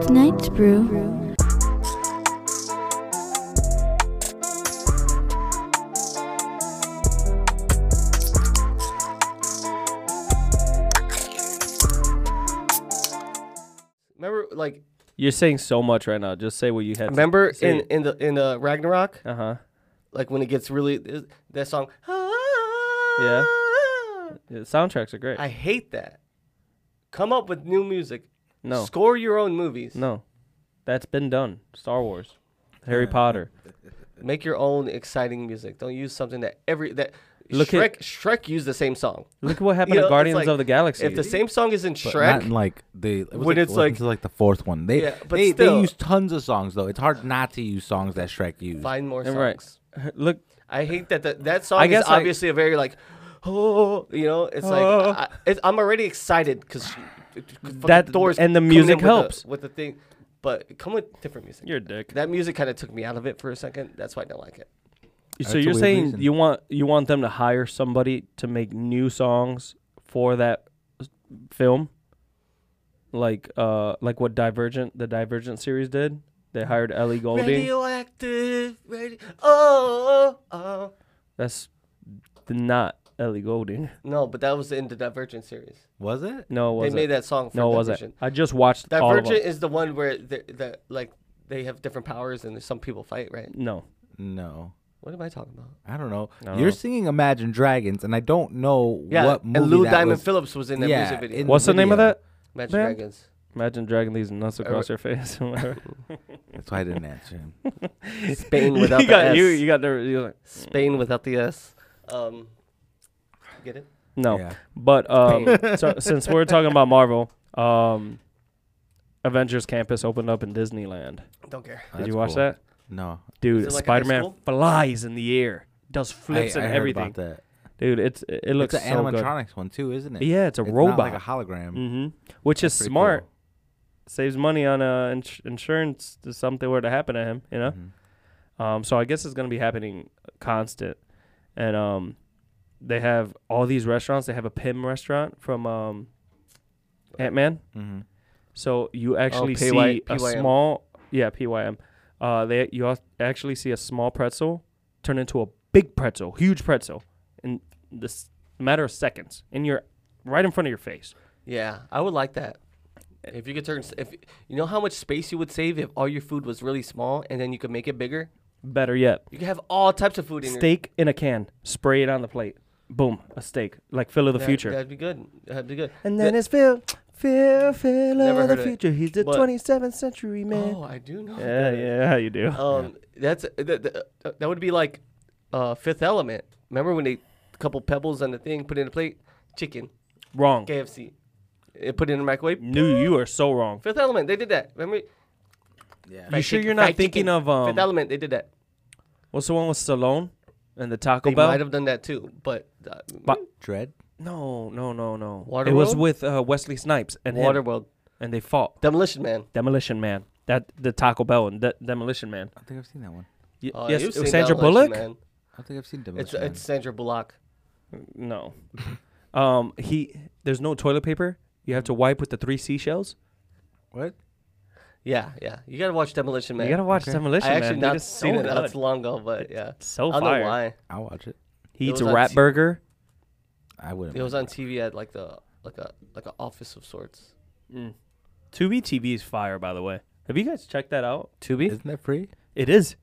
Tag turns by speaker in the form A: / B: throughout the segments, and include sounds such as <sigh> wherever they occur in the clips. A: It's Night's Brew.
B: Remember, like,
C: You're saying so much right now. Just say what you had.
B: remember
C: say
B: in
C: it.
B: in the in the Ragnarok,
C: Uh huh.
B: like when it gets really th- that song. "Ah."
C: Yeah. Yeah, soundtracks are great.
B: I hate that. Come up with new music.
C: no,
B: Score your own movies.
C: no, that's been done. Star Wars, Harry Potter.
B: Make your own exciting music. Don't use something that every that
C: Look
B: Shrek
C: at-
B: Shrek used the same song.
C: Look at what happened
B: know,
C: to
B: it's
C: Guardians
B: like,
C: of the Galaxy.
B: If the same song is in
D: But not
B: Shrek,
D: in like the it was
B: When it's
D: like, it wasn't
B: like-
D: till, like the fourth one. They
B: Yeah, but
D: they,
B: still.
D: they use tons of songs though. It's hard not to use songs that Shrek used.
B: find more songs.
C: right. <laughs> Look,
B: I hate that the, that song
C: I
B: is
C: guess I-
B: obviously a very like, oh, you know, it's
C: Oh.
B: like I, it's, I'm already excited because
C: That- and the music helps.
B: with the thing, but come with different music.
C: you're a dick.
B: that music kind of took me out of it for a second. That's why I don't like it.
C: so
D: That's a
C: you're
D: weird
C: saying
D: reason.
C: you want you want them to hire somebody to make new songs for that s- film, like uh like what Divergent the Divergent series did. They hired Ellie Goulding.
B: Radioactive, radio. Oh, oh, oh.
C: That's not Ellie Goulding.
B: No, but that was in the Divergent series.
D: Was it?
C: No, it wasn't.
B: they made that song for
C: no, it
B: Divergent.
C: wasn't. I just watched all of
B: Divergent
C: them.
B: is the one where the, the like they have different powers and some people fight, right?
C: No,
D: No.
B: What am I talking about?
D: I don't know.
C: I don't
D: You're
C: know.
D: singing Imagine Dragons, and I don't know
B: Yeah,
D: what movie
B: and Lou
D: that
B: Diamond
D: was.
B: Phillips was in that
D: Yeah,
B: music video.
D: in-
C: what's the name of
D: video.
C: that?
B: Magic
C: Man.
B: Dragons.
C: Imagine dragging these nuts across your face. <laughs>
D: <laughs> That's why I didn't answer him.
B: Spain
C: you
B: without the
C: got
B: S.
C: you. You got the. You're like,
B: Spain without the S. Um, you get it?
C: no,
D: Yeah.
C: but um, <laughs> so, since we're talking about Marvel, um, Avengers Campus opened up in Disneyland.
B: Don't care.
D: Oh,
C: Did
D: that's
C: you watch
D: cool.
C: that,
D: No.
C: dude?
B: Is it like a high
C: Spider-Man
B: school?
C: flies in the air, does flips
D: I, I
C: and
D: heard
C: everything,
D: about that.
C: dude. It's it it looks
D: it's an
C: so good.
D: animatronics one too, isn't it?
C: Yeah, it's a
D: It's
C: robot.
D: not like a hologram.
B: Mm.
C: Mm-hmm. Which
D: That's
C: is
D: pretty
C: smart.
D: cool.
C: Saves money on uh, ins- insurance if something were to happen to him, you know?
D: Mhm.
C: Um, so I guess it's going to be happening constant. And um, they have all these restaurants. They have a Pim restaurant from um, Ant Man.
D: Mhm.
C: So you
B: Oh,
C: actually see
B: PY
C: a
B: PYM.
C: small, yeah, PYM. Uh, they you al- actually see a small pretzel turn into a big pretzel, huge pretzel, in this matter of seconds, and you're right in front of your face.
B: Yeah, I would like that. If you could turn, s- if you know how much space you would save if all your food was really small, and then you could make it bigger.
C: Better yet,
B: You could have all types of food in your
C: steak in a can. Spray it on the plate. Boom, a steak. Like Phil of the
B: That-
C: Future.
B: That'd be good. That'd be good.
C: and
B: then
C: it's Phil, Phil, Phil
B: Never heard of it.
C: He's
B: But-
C: 27th century
B: Oh, I do know.
C: yeah,
B: that.
C: yeah, you do.
B: Um, that's that, that, uh, that would be like uh, Fifth Element. Remember when they a couple pebbles on the thing, put it in a plate, chicken,
C: wrong.
B: KFC, it put it in the microwave.
C: Knew you are so wrong.
B: Fifth Element, they did that. Remember?
D: Yeah.
C: You
B: Fried
C: sure
B: chicken-
C: you're not
B: fried
C: thinking
B: chicken.
C: of um?
B: Fifth Element, they did that.
C: What's the one with Stallone and the Taco
B: They
C: Bell?
B: might have done that too, but uh,
C: But-
D: Dread.
C: No, no, no, no.
B: Waterworld?
C: It was with uh, Wesley Snipes and him,
B: Waterworld,
C: and they fought
B: Demolition Man.
C: Demolition Man. That the Taco Bell and De- Demolition Man.
D: I think I've seen that one.
C: Y-
B: Uh,
C: yes,
B: you've
C: it was
B: seen
C: Sandra
B: Demolition
C: Bullock.
B: Man.
D: I don't think I've seen
B: It's
D: Demolition.
B: it's Sandra Bullock.
C: No. um, he there's no toilet paper. You have to wipe with the three seashells.
D: Man. What?
B: Yeah, yeah. You gotta watch Demolition Man.
C: You gotta watch
D: Okay.
C: Demolition
B: I
C: Man.
B: actually
C: dude,
B: not
C: it's
B: seen
C: so
B: it.
C: good.
B: It's long ago, but yeah.
C: It's so
B: I don't
C: fire.
B: know why.
D: I'll watch it.
C: He
B: It
C: eats
B: was
C: a
B: on
C: rat
B: T-
C: burger.
D: I wouldn't.
B: It was on
D: mind.
B: TV at like the like a like an office of sorts.
C: Mm. Tubi TV is fire, by the way. Have you guys checked that out? Tubi.
D: Isn't that free?
C: It is.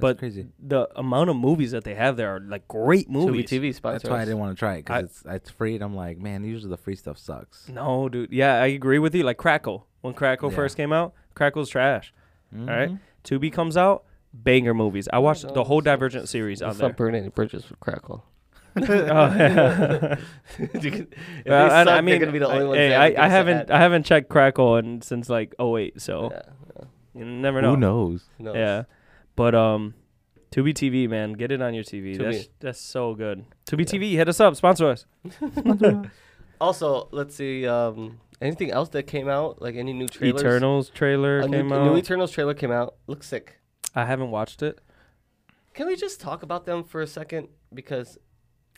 C: But-
D: That's crazy.
C: The amount of movies that they have there are like great movies.
B: Tubi TV sponsors.
D: That's why I didn't want to try it
C: I-
D: because it's it's free, and I'm like, man, usually the free stuff sucks.
C: No, dude. Yeah, I agree with you. Like Crackle. When Crackle
D: Yeah.
C: first came out, Crackle's trash. All right.
D: Mhm.
C: Tubi comes out, banger movies. I watched the
B: no,
C: whole
B: Oh, it's not-
C: Divergent series on
B: Let's
C: there.
B: not burn any bridges with Crackle.
C: <laughs>
B: <laughs>
C: Oh, yeah.
B: You can- if they
C: Well, I-
B: suck,
C: I
B: they're
C: mean,
B: gonna be the
C: I-
B: only ones
C: hey,
B: that
C: I, I
B: gets
C: haven't
B: that.
C: I haven't checked Crackle and since like oh wait, so
B: Yeah, yeah,
C: you never know.
D: Who knows?
B: no,
C: Yeah, but um, Tubi TV man, get it on your TV.
B: Tubi.
C: That's that's so good. Tubi TV, hit us up, sponsor us.
B: Also, let's see. Um, anything else that came out? Like any new trailers?
C: Eternals trailer
B: A new,
C: came
B: a
C: out.
B: new Eternals trailer came out. Looks sick.
C: I haven't watched it.
B: Can we just talk about them for a second? Because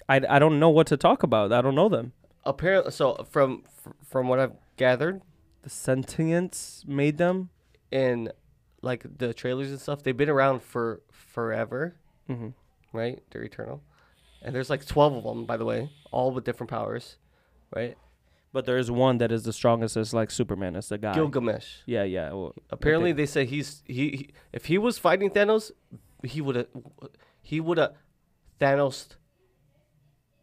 C: I, I don't know what to talk about. I don't know them.
B: apparently, so from from what I've gathered,
C: The sentience made them.
B: and like the trailers and stuff, they've been around for forever,
C: Mm-hmm.
B: right? They're eternal, and there's like twelve of them, by the way, all with different powers, right?
C: But there is one that is the strongest. It's like Superman. It's the guy.
B: Gilgamesh.
C: Yeah, yeah. well, I
B: Apparently,
C: think-
B: they said he's he, he if he was fighting Thanos, he would have he would have Thanos.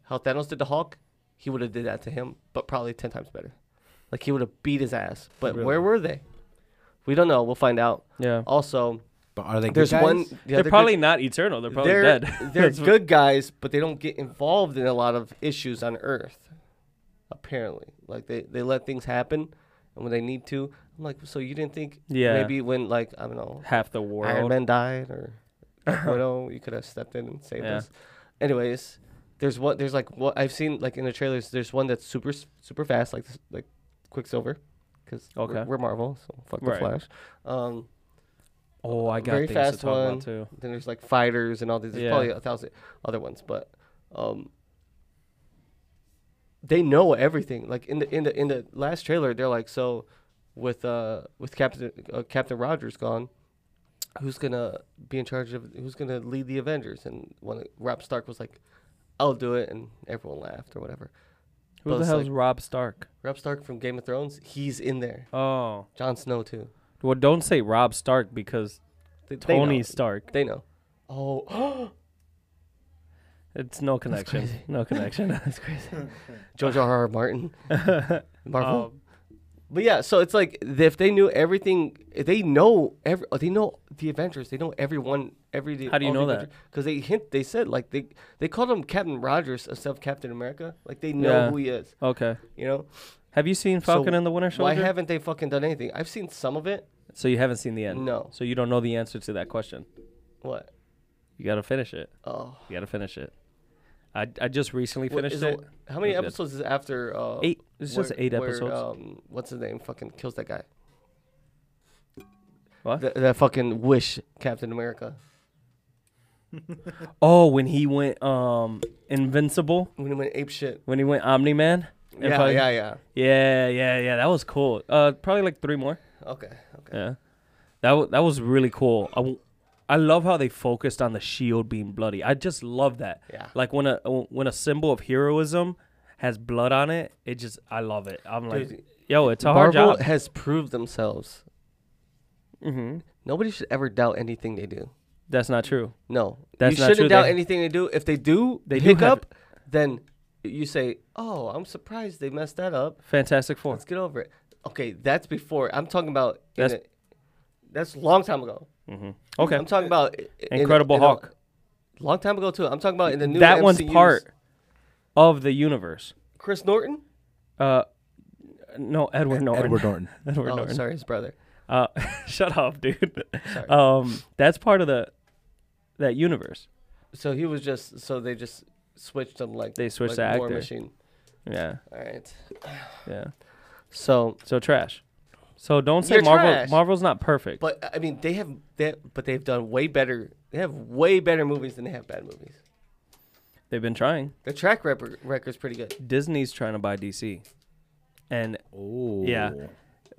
B: How Thanos did the Hulk, he would have did that to him, but probably ten times better. Like he would have beat his ass. But
D: Really?
B: where were they? We don't know. We'll find out.
C: yeah.
B: Also,
D: But are they?
B: there's
D: good
B: one.
D: guys?
B: yeah,
C: they're,
B: good-
C: probably not eternal. They're probably
B: they're,
C: dead. <laughs>
B: they're
C: That's what-
B: good guys, but they don't get involved in a lot of issues on Earth. Apparently, like they they let things happen, and when they need to, I'm like, so you didn't think
C: Yeah.
B: maybe when like I don't know
C: Half the world.
B: Iron Man died
C: <laughs>
B: or Black Widow, you could have stepped in and saved
C: Yeah.
B: us. Anyways, there's one. There's like what I've seen like in the trailers. There's one that's super s- super fast, like this- like Quicksilver, because
C: Okay.
B: we're, we're Marvel, so fuck the
C: Right.
B: Flash. Um,
C: Oh, I got
B: Very
C: things
B: fast
C: to talk
B: one.
C: about too.
B: then there's like fighters and all these. There's
C: Yeah.
B: probably a thousand other ones, but um, they know everything. Like in the in the in the last trailer, they're like so with uh with Captain uh, Captain Rogers gone, who's gonna be in charge of who's gonna lead the Avengers? And when Rob Stark was like, "I'll do it," and everyone laughed or whatever.
C: Who
B: But
C: the
B: it's
C: hell's
B: like-
C: Rob Stark?
B: Rob Stark from Game of Thrones, he's in there.
C: Oh,
B: Jon Snow too.
C: well, don't say Rob Stark because
B: They, they know.
C: Tony Stark.
B: They know. Oh,
C: It's no connection.
B: crazy. <laughs>
C: No connection.
B: that's crazy.
C: Hmm,
B: George R. R. <laughs> Martin, Marvel.
C: Um,
B: But yeah, so it's like th- if they knew everything, if they know every, oh, they know the Avengers, they know everyone, every.
C: How do you know that?
B: Because they hint, they said like they they called him Captain Rogers instead of Captain America. Like they know
C: Yeah.
B: who he is,
C: Um, okay.
B: you know.
C: Have you seen
B: So
C: Falcon and the Winter
B: Why
C: Soldier?
B: haven't they fucking done anything? I've seen some of it.
C: so you haven't seen the end.
B: No.
C: So you don't know the answer to that question.
B: What?
C: You gotta finish it.
B: Oh,
C: You gotta finish it. I, I just recently
B: What-
C: finished
B: is
C: it.
B: How many
C: That's good.
B: episodes is after? Uh,
C: Eight. It's just
B: where-
C: eight
B: where,
C: episodes.
B: um, what's his name? Fucking kills that guy.
C: What?
B: Th- that fucking wish Captain America
C: oh, when he went um invincible,
B: when he went ape shit.
C: when he went Omni Man.
B: Yeah, yeah, yeah.
C: Yeah, yeah, yeah. That was cool. Uh, probably like three more.
B: Okay, okay.
C: Yeah, that w- that was really cool. I, w- I love how they focused on the shield being bloody. I just love that.
B: Yeah.
C: Like when a when a symbol of heroism has blood on it, it just I love it. I'm like,
B: Dude,
C: yo, it's a hard
B: Marvel
C: job.
B: has proved themselves.
C: hmm
B: Nobody should ever doubt anything they do.
C: That's not true.
B: No,
C: That's
B: you
C: not
B: shouldn't
C: true.
B: doubt
C: They-
B: anything they do. If they do,
C: They
B: they
C: do
B: pick
C: have-
B: up, then you say, "Oh, I'm surprised they messed that up.
C: Fantastic Four.
B: Let's get over it." Okay, that's before. I'm talking about in
C: That's-
B: a- that's a long time ago.
C: hmm Okay.
B: I'm talking about i- in a-
C: Incredible
B: in a-
C: Hulk.
B: long time ago too. I'm talking about in the new
C: That one's
B: MCUs.
C: part of the universe.
B: Chris Norton.
C: Uh, no, Edward Norton. <laughs>
D: Edward
B: <laughs>
D: Norton.
C: Edward
B: oh,
C: Norton.
B: sorry, his brother.
C: Uh, <laughs> shut up, dude.
B: Sorry.
C: Um, that's part of the that universe.
B: so he was just so they just switched him like
C: They switched
B: like
C: the
B: War
C: actor.
B: Machine.
C: Yeah,
B: All right.
C: yeah.
B: So
C: So trash. So don't say
B: You're
C: Marvel.
B: trash.
C: Marvel's not perfect.
B: But I mean, they have that, but they've done way better. They have way better movies than they have bad movies.
C: They've been trying.
B: Their track record record's pretty good.
C: Disney's trying to buy DC, and
D: Oh.
C: Yeah.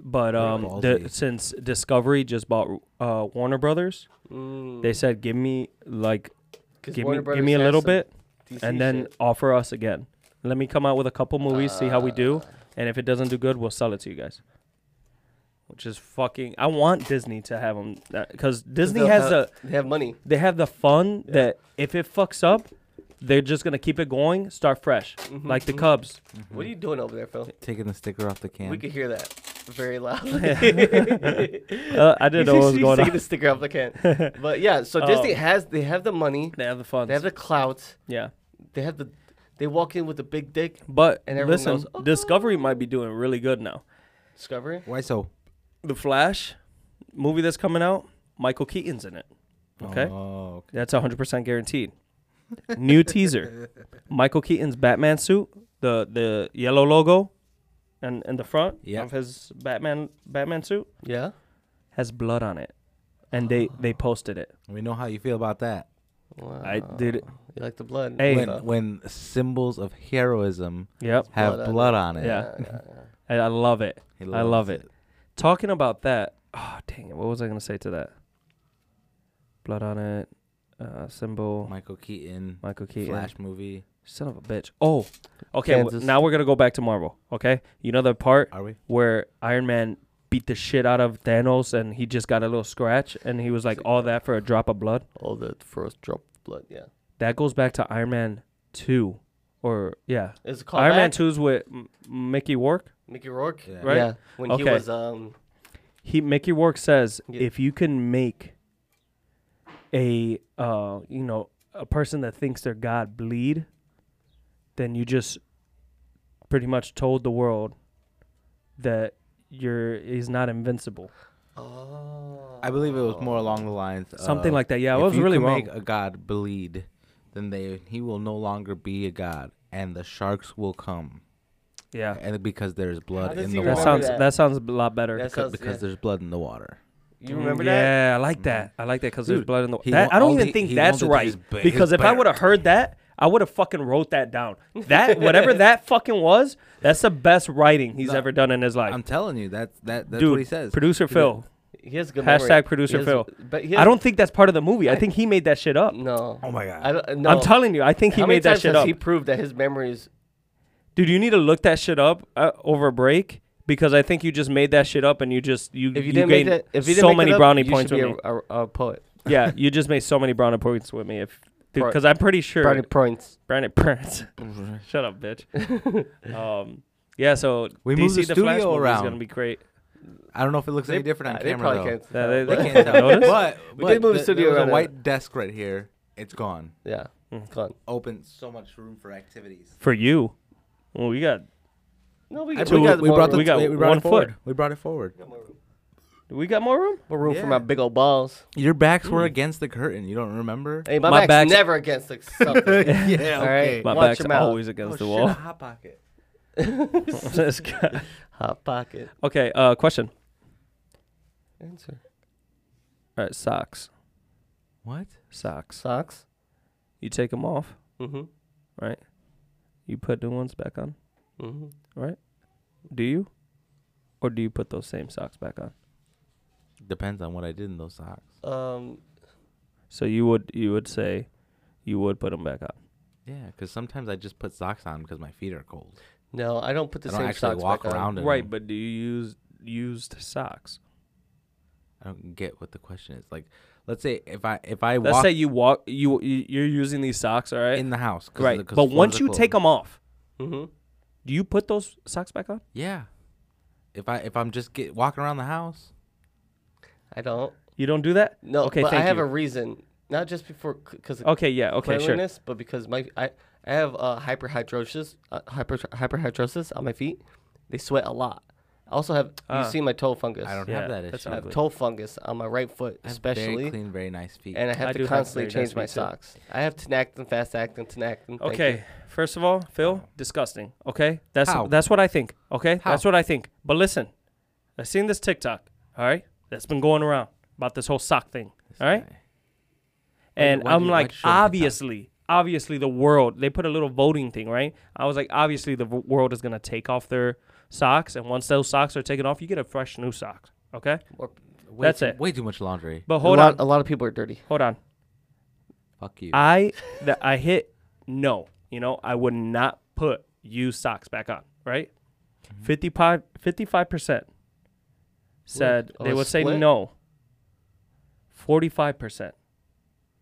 C: but um, the,
D: ballsy.
C: since Discovery just bought uh, Warner Brothers,
B: Mm,
C: they said give me like
B: 'cause
C: give
B: Warner
C: me give me a
B: Brothers
C: little
B: has
C: bit,
B: some DC
C: and then
B: shit.
C: offer us again. Let me come out with a couple movies, see how we
B: Uh.
C: do, and if it doesn't do good, we'll sell it to you guys. Which is fucking. I want Disney to have them because Disney
B: they'll
C: has
B: have-
C: a
B: they have money.
C: they have the fun that if it fucks up, they're just gonna keep it going, start fresh, like the Cubs.
B: Mm-hmm. What are you doing over there, Phil?
D: Taking the sticker off the can.
B: We could hear that very loudly.
C: <laughs>
B: <laughs>
C: Uh, I didn't know what was
B: He's
C: going
B: taking
C: on. Um,
B: the sticker off the can.
C: <laughs>
B: But yeah, so Disney has they have the money,
C: They have the fun.
B: they have the clout,
C: yeah,
B: they have the they walk in with the big dick
C: but
B: And everyone
C: listen,
B: goes, "Oh."
C: Discovery might be doing really good now.
B: discovery.
D: Why so?
C: The Flash movie that's coming out, Michael Keaton's in it. Okay,
D: Oh, okay.
C: that's 100% guaranteed. New
B: <laughs>
C: teaser, Michael Keaton's Batman suit, the the yellow logo, and in the front
D: Yeah.
C: of his Batman Batman suit
B: Yeah.
C: has blood on it, and
B: <gasps>
C: they they posted it.
D: We know how you feel about that.
B: Wow.
C: I did it.
B: You like the blood?
C: Hey.
D: When,
B: Blood.
D: when symbols of heroism
C: Yep.
D: have
B: Blood on
D: blood on it.
C: Yeah.
B: Yeah, yeah, yeah.
C: I, I love it.
D: He
C: I love
D: loves
C: it. Talking about that, oh dang it, what was I gonna say to that? Blood on it, uh, symbol,
D: Michael Keaton,
C: Michael Keaton,
D: Flash movie.
C: son of a bitch. Oh, okay. w-
B: Kansas.
C: now we're gonna go back to Marvel. Okay, you know the part
D: Are we?
C: where Iron Man beat the shit out of Thanos and he just got a little scratch and he was like, all that for a drop of blood.
B: All the first drop of blood. Yeah.
C: That goes back to Iron Man two, or yeah,
B: Is it called
C: Iron Man 2's with M- Mickey Rourke.
B: Mickey Rourke?
D: Yeah.
C: Right?
B: Yeah. When he
C: Okay.
B: was um
C: He Mickey Rourke says
B: Yeah.
C: if you can make a uh you know a person that thinks they're God bleed, then you just pretty much told the world that you're he's not invincible.
B: oh.
D: I believe it was more along the lines of
C: Something like that. Yeah, I
D: Uh, if
C: was
D: you
C: really
D: can
C: wrong.
D: Make a god bleed, then they he will no longer be a god, and the sharks will come, Uh,
C: yeah.
D: and because there's blood
B: does
D: in
B: he
D: the
C: That
B: remember
D: water.
C: sounds
B: that?
C: that. sounds a lot better.
B: That's
D: because,
B: us,
D: because
B: yeah.
D: there's blood in the water.
B: You remember
C: Mm, yeah,
B: that? Mm.
C: I like that. I like that because there's
D: Dude,
C: blood in the.
D: he
C: That,
D: wa-
C: I don't
D: all
C: even
D: the-
C: think
D: he
C: that's
D: wanted to
C: right.
D: use ba- his
C: Because if I
D: bear
C: would have heard that, I would have fucking wrote
B: <laughs>
C: that down. That whatever that fucking was, that's the best writing he's
D: No,
C: ever done in his life.
D: I'm telling you, that's that that's
C: Dude,
D: what he says.
C: Producer
D: He's
C: Phil.
B: He has a good
C: Hashtag
B: memory.
C: producer
B: He has-
C: Phil.
B: But he
C: I don't think that's part of the movie. I think he made that shit up.
B: No.
D: Oh my God.
B: I don't, no.
C: I'm telling you, I think he
B: How many
C: made that
B: times
C: shit
B: has
C: up.
B: He proved that his memories.
C: Dude, you need to look that shit up uh, over break because I think you just made that shit up and you just you
B: If Mm-hmm. you, didn't make
C: gained
B: that, if you didn't
C: so
B: make
C: many
B: that up,
C: brownie
B: you
C: points
B: should
C: with
B: be
C: me.
B: a, a, a poet.
C: yeah, you just made so many brownie points with me.
B: <laughs>
C: If
B: Pro-
C: because I'm pretty sure
B: Brownie points.
C: Brandon
D: <laughs>
C: Prince.
D: good.
C: Shut up,
D: <laughs>
C: bitch. um, yeah, so
D: We
C: DC
D: moved the
C: the Flash
D: studio
C: movie is
D: around.
C: gonna be great.
D: I don't know if it looks
B: They-
D: any different on
B: they
D: camera
B: probably
D: though.
B: can't.
C: Yeah,
B: tell,
C: they-
D: They
B: but- <laughs>
D: can't tell.
C: Notice?
D: but
B: We
D: but
B: did move the
D: th-
B: studio
D: There was
B: around.
D: a white desk right here. It's gone.
B: yeah, it's gone.
D: Open so much room for activities.
C: For you, well, we got
B: No, we,
D: I-
B: got- we got
D: we
B: more
D: brought
B: room.
D: the-
C: we got
D: we brought
C: one
D: it forward.
C: foot.
D: We brought it forward.
C: we got more room.
B: more room for
D: Yeah.
B: my big old balls.
D: Your backs were against the curtain. You don't remember?
B: Hey, my,
C: My
B: back's,
C: back's-
B: never against <laughs> like, something.
D: yeah,
B: All right.
C: My
B: Watch
C: back's
B: your mouth.
C: always
D: Oh,
C: against the
D: shit,
C: wall.
D: a hot pocket. <laughs>
C: <laughs> This guy-
B: Hot pocket.
C: okay, uh, question.
B: Answer.
C: All right, socks,
D: What?
C: socks.
B: Socks.
C: You take them off,
B: Mm-hmm.
C: right? You put new ones back on.
B: Mm-hmm.
C: Do you, or do you put those same socks back on?
D: Depends on what I did in those socks.
B: Um,
C: So you would you would say, you would put them back on.
D: Yeah, because sometimes I just put socks on because my feet are cold.
B: no, I don't put the
D: I don't
B: same
D: actually
B: socks
D: walk
B: back on.
D: around in
C: Right,
D: them.
C: but do you use used socks?
D: I don't get what the question is. Like, let's say if I if I
C: Let's
D: walk
C: say you walk you you- you're using these socks, all right?
D: in the house, 'cause of
C: right.
D: the- 'cause
C: but
D: floors
C: once
D: are
C: you
D: closed.
C: take them off,
B: Mm-hmm.
C: do you put those socks back on?
D: yeah. If I if I'm just get walking around the house,
B: I don't.
C: You don't do that?
B: No,
C: Okay,
B: but I
C: thank
B: have
C: you.
B: a reason. Not just before because
C: Okay, yeah. Okay, sure.
B: cleanliness, but because my I, I have uh, hyperhidrosis, uh, hyper hyperhidrosis on my feet. They sweat a lot. I also have
C: Ah.
B: you see my toe fungus.
D: I don't
C: Yeah,
D: have that
C: that's
D: issue.
B: I
D: I
B: have
C: ugly.
B: toe fungus on my right foot
D: have very
B: especially,
D: clean, very nice feet.
B: and I have
C: I do
B: to
C: have
B: constantly
C: very nice
B: change my
C: feet, too.
B: socks. I have tenactin, fast actin, tenactin. thank
C: Okay. First of all, Phil, disgusting. Okay? That's
D: How?
C: that's what I think. Okay?
D: How?
C: That's what I think. But listen, I've seen this TikTok, all right? That's been going around about this whole sock thing. all right? And
D: why do
C: I'm
D: you- why'd
C: like,
D: you show them TikTok?
C: obviously, obviously the world, they put a little voting thing, right? I was like, obviously the v- world is going to take off their socks. And once those socks are taken off, you get a fresh new sock. Okay?
B: you. Or-
D: Way
C: That's
D: too-
C: it.
D: Way too much laundry.
C: But
B: a
C: hold
B: lot,
C: on.
B: a lot of people are dirty.
C: Hold on.
D: Fuck you.
C: I that I hit no. You know, I would not put used socks back on, right?
D: Mm-hmm.
C: 55 percent said
B: Oh,
C: they
B: a
C: would say
B: split?
C: no. Forty-five percent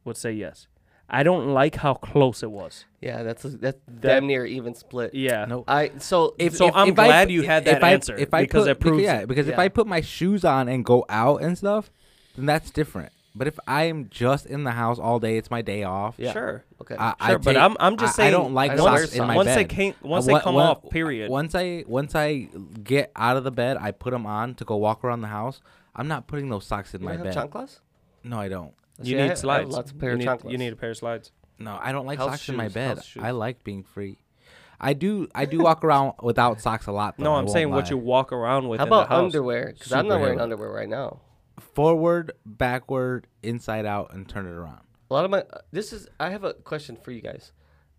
C: would say yes. I don't like how close it was.
B: Yeah, that's a, that's damn near even split.
C: Yeah.
D: no.
B: I so
C: So I'm
D: I
C: glad
D: put-
C: you had that
D: I-
C: answer, because
D: put,
C: it proves
D: yeah,
C: it.
D: because if
B: Yeah.
D: I put my shoes on and go out and stuff, then that's different. But if I am just in the house all day, it's my day off.
B: Yeah.
C: Sure.
B: okay.
D: I, I
C: Sure, but
D: take-
C: I'm- I'm just
D: I- I
C: saying,
D: don't like
B: I don't wear
D: socks in
B: socks.
D: my
C: Once they
D: bed.
C: came-
D: I
C: once they
D: want-
C: come
D: when-
C: off, period.
D: Once I once I get out of the bed, I put them on to go walk around the house. I'm not putting those socks in
B: you
D: my
B: don't have
D: bed.
B: chanclas?
D: No, I don't.
C: You
B: See, I
C: need
B: have- I have
C: slides.
B: lots of pair
C: you,
B: of
C: need,
B: chanclas.
C: you need a pair of slides.
D: No, I don't like
B: House
D: socks in my
B: shoes,
D: bed.
B: house
D: I
B: shoes.
D: like being free. I do. I do walk around without socks a lot. Though,
C: No,
D: I
C: I'm
D: won't
C: saying what
D: lie.
C: you walk around with
B: How
C: in
B: about
C: the house.
B: underwear? Because I'm not wearing
D: Superhero.
B: underwear right now.
D: forward, backward, inside out, and turn it around.
B: A lot of my uh, this is I have a question for you guys.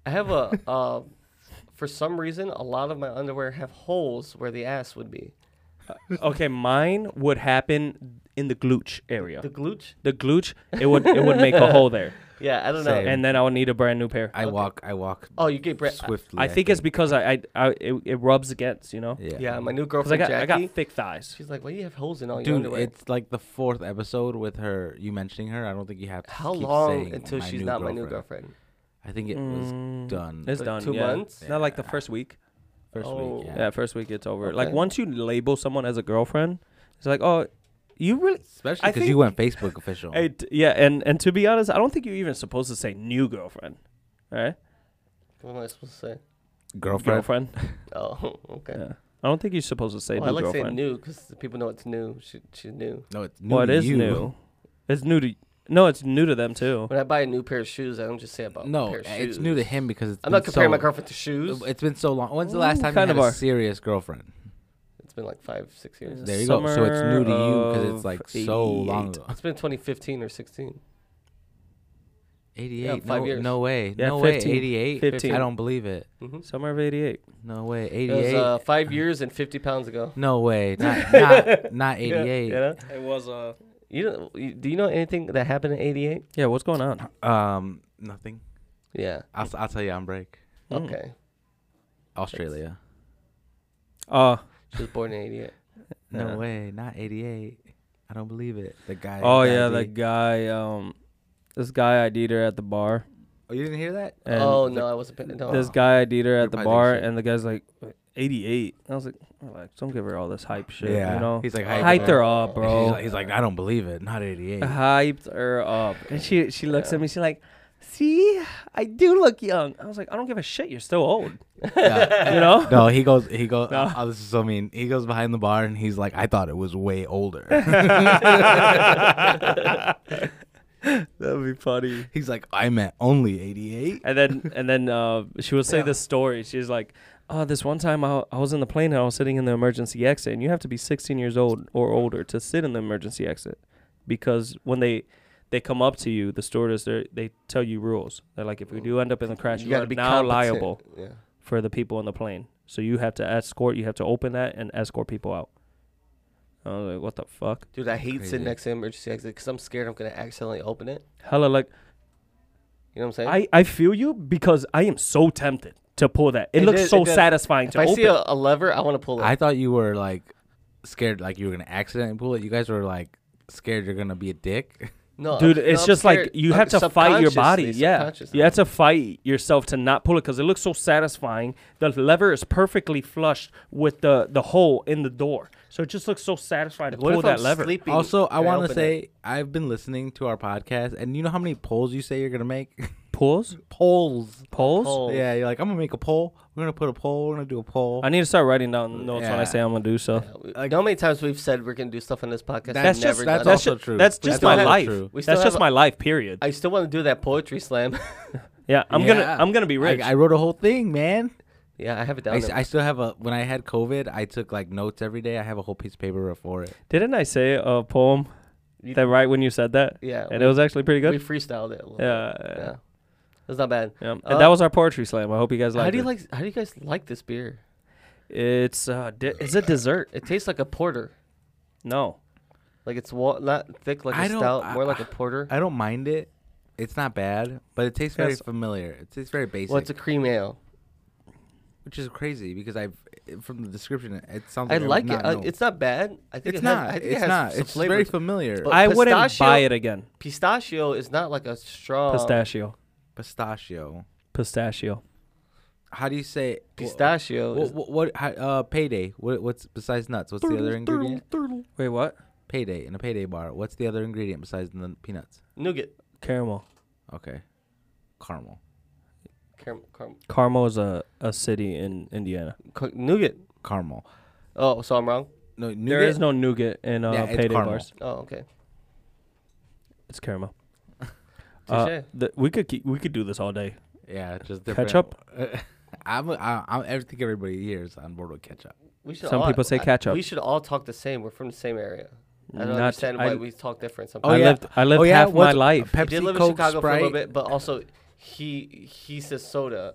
B: I have a um for some reason a lot of my underwear have holes where the ass would be.
C: <laughs> okay, mine would happen in the glooch area.
B: The
C: The,
B: glooch?
C: glooch, it would it would make
D: <laughs>
C: a hole there,
B: Yeah, I don't know.
D: Same.
C: and then I would need a brand new pair.
D: I walk. I walk.
B: oh, you get Brett.
D: swiftly.
C: I think, it's because I I, I it, it rubs against, you know, because
D: yeah.
B: Yeah, my new
C: I
B: girlfriend
C: got
B: Jackie.
C: I got thick thighs.
B: she's like, "Why do you have holes in all your
D: Dude,
B: underwear?"
D: it's like the fourth episode with her. You mentioning her. I don't think you have to.
B: How
D: keep
B: long
D: saying
B: until
D: my
B: she's not my new girlfriend?
D: I think it
C: Mm.
D: was done.
C: It's
B: Like
C: done.
B: two
C: yeah.
B: months?
C: Not like the first week.
D: first
B: Oh.
D: week. Yeah.
C: Yeah, first week it's over. Like
B: Okay.
C: once you label someone as a girlfriend, it's like, oh, you really?
D: Especially
C: I
D: because
C: think-
D: you went Facebook official.
C: Hey, t- yeah, and and to be honest, I don't think you're even supposed to say new girlfriend, right?
B: What am I supposed to say? <laughs>
D: girlfriend. <laughs>
C: Girlfriend.
B: Oh, okay.
C: Yeah. I don't think you're supposed to say
D: Oh,
B: Well,
C: new
B: I like
C: girlfriend.
B: saying new because people know it's new. She, she's new.
D: No, it's new.
C: Well, it
D: to
C: is
D: you.
C: new. It's new to. No, it's new to them too.
B: When I buy a new pair of shoes, I don't just say about
D: <laughs> No,
B: pair of shoes.
D: it's new to him because it's
B: I'm not
D: been
B: comparing
D: so,
B: my girlfriend to shoes.
D: It's been so long. When's the last
C: Ooh,
D: time you
C: kind
D: had
C: of
D: a
C: are.
D: serious girlfriend?
B: It's been like five, six years.
D: There you go. So it's new to you because it's
C: Summer
D: like so long
C: of
D: ago.
B: It's been 2015 or 16.
D: 88.
B: five
D: no,
B: years.
D: no way.
C: Yeah,
D: no
C: 15.
D: way. 88.
C: 15.
D: I don't believe it.
B: Mm-hmm.
C: Summer of '88.
D: No way.
B: It
D: 88.
B: was uh, five years and 50 pounds ago.
D: no way. Not not, not 88.
B: You know?
C: It was uh.
B: You know, you- do you know anything that happened in 88?
C: Yeah, what's going on?
D: Um, nothing.
B: Yeah.
D: I'll, I'll tell you on break.
C: Mm.
B: Okay.
D: Australia.
C: Uh,
B: She was born in 88.
D: No
C: Yeah.
D: way. Not 88. I don't believe it. The guy.
C: oh yeah, the
D: like
C: guy. Um, this guy ID'd her at the bar.
D: oh, you didn't hear that?
C: And
B: oh, no, I wasn't paying no.
C: this guy ID'd her at the
D: Everybody
C: bar,
D: thinks she-
C: and the guy's like, 88. I was like, relax, don't give her all this hype shit. You know?
D: He's like
B: Hyped
D: hyped
C: Hyped
D: her
C: her
D: up.
C: up,
D: <laughs> He's
C: bro.
D: like, he's like, I don't believe it. Not
C: <laughs>
D: 88.
C: Hyped her up. And she, she looks
B: Yeah.
C: at me, she's like, see, I do look young. I was like, I don't give a shit. You're still old.
D: <laughs> Yeah.
C: You know?
D: <laughs>
C: <laughs>
D: No, he goes. He goes.
C: No.
D: Oh, this is so mean. He goes behind the bar and he's like, "I thought it was way
C: <laughs>
D: older." <laughs>
C: That'd be funny.
D: he's like, "I meant only 88."
C: And
D: <laughs>
C: then and then uh, she would say this story. She's like, "Oh, this one time I, I was in the plane and I was sitting in the emergency exit, and you have to be 16 years old or older to sit in the emergency exit, because when they they come up to you, the stewardess they they tell you rules. They're like, if we do end up in the crash, you,
B: gotta
C: are now
B: competent.
C: liable
B: Yeah.
C: for the people on the plane. So you have to escort, you have to open that and escort people out." I was like, "What the fuck?"
B: Dude, I hate
D: Crazy.
B: sitting next to emergency exit because I'm scared I'm going to accidentally open it.
C: Hella like.
B: You know what I'm saying?
C: I, I feel you because I am so tempted to pull that.
B: It
C: It, looks
B: is-
C: so
B: it does.
C: satisfying
B: if
C: to
B: I
C: open.
B: see a, a lever, I want to pull it.
D: I thought you were like scared, like you were gonna accidentally pull it. You guys were like scared you're gonna be a dick.
B: no, I'm-
C: Dude,
B: no,
C: it's
B: I'm
C: just
B: scared.
C: like you
B: Uh,
C: have to fight your body.
B: subconsciously,
C: Yeah,
B: subconsciously.
C: you have to fight yourself to not pull it because it looks so satisfying. The lever is perfectly flushed with the the hole in the door, so it just looks so satisfying to
B: What
C: pull
B: if
C: that
B: I'm
C: lever.
B: sleeping
D: Also, I
B: and
D: want
B: open
D: to
B: it?
D: say I've been listening to our podcast, and you know how many polls you say you're gonna make? <laughs>
C: Pulls,
D: polls.
C: pulls.
B: Polls.
D: Yeah, you're like, I'm gonna make a poll. We're gonna put a poll. We're gonna do a poll.
C: I need to start writing down notes when
D: Yeah.
C: I say I'm gonna do so.
B: Yeah, we- you
D: Like-
B: know how many times we've said we're gonna do stuff on this podcast?
D: That's
B: I've
C: That's just
B: never
C: that's,
B: done
D: also
C: ju-
D: true.
C: That's
D: We
C: just
B: still
C: my
B: have-
C: life.
D: true.
B: We still
C: That's just
B: have-
C: my life. Period.
B: it. I still want to do that poetry slam. <laughs>
C: yeah, I'm
D: Yeah.
C: gonna I'm gonna be rich.
D: I, I wrote a whole thing, man.
B: yeah, I have it down.
D: I, s-
B: there.
D: I still have a when I had COVID, I took like notes every day. I have a whole piece of paper for it.
C: Didn't I say a poem?
B: You-
C: That right when you said that,
B: yeah,
C: and
B: we,
C: it was actually pretty good.
B: we freestyled it. A little
C: Yeah,
B: bit.
C: yeah.
B: yeah, it's not bad.
C: Yeah, and
B: Uh,
C: that was our poetry slam. I hope you guys liked
B: How do you
C: it.
B: like? How do you guys like this beer?
C: It's uh, di- is it dessert?
B: It tastes like a porter.
C: No,
B: Like it's wa- not thick like a
D: I don't-
B: stout,
D: I-
B: more like a porter.
D: I don't mind it. It's not bad, but it tastes very
C: Yes.
D: familiar. It tastes very basic,
B: well, it's a cream ale.
D: which is crazy because I've eh, from the description it- it sounds.
B: I
D: would
B: like it.
D: not
B: Uh,
D: know.
B: it's not bad. I think it has,
D: It's not.
B: I think it
D: It's
B: has
D: not.
B: some
D: It's
B: flavor.
D: very familiar.
B: But
C: I wouldn't
B: pistachio-
C: buy it again.
B: Pistachio is not like a
D: Um,
B: strong
C: Pistachio,
D: Pistachio.
C: pistachio.
D: How do you say
B: Pistachio.
D: What,
B: is-
D: what, what how- uh, payday? What, what's besides nuts? What's the other ingredient?
C: Wait, what?
D: Payday in a payday bar. What's the other ingredient besides the peanuts?
B: nougat.
C: Caramel.
D: Okay, caramel.
B: Caram- caram-
C: Carmel is a, a city in Indiana.
B: ca- nougat.
D: Caramel.
B: Oh, so I'm wrong.
D: No,
C: There
D: nougat?
C: is no nougat in uh,
D: Yeah, it's
C: payday
D: caramel.
C: bars.
B: Oh, okay.
C: It's
D: <laughs>
C: caramel. Uh,
B: Touche.
C: the, we could keep, we could do this all day.
D: Yeah, just different.
C: Ketchup?
D: <laughs> I'm, I, I'm, I think everybody here is on board with ketchup.
B: We should
C: Some
B: all-
C: people say
B: I-
C: ketchup.
B: We should all talk the same. We're from the same area. I don't
C: Not-
B: understand why
C: I-
B: we talk different sometimes.
D: Oh,
C: I
D: yeah.
C: lived I lived
D: Oh, yeah,
C: half my
D: what's-
C: life.
B: He did
D: Pepsi,
B: live in
D: Coke,
B: Chicago for a little
D: Sprite.
B: bit, but also he he says soda.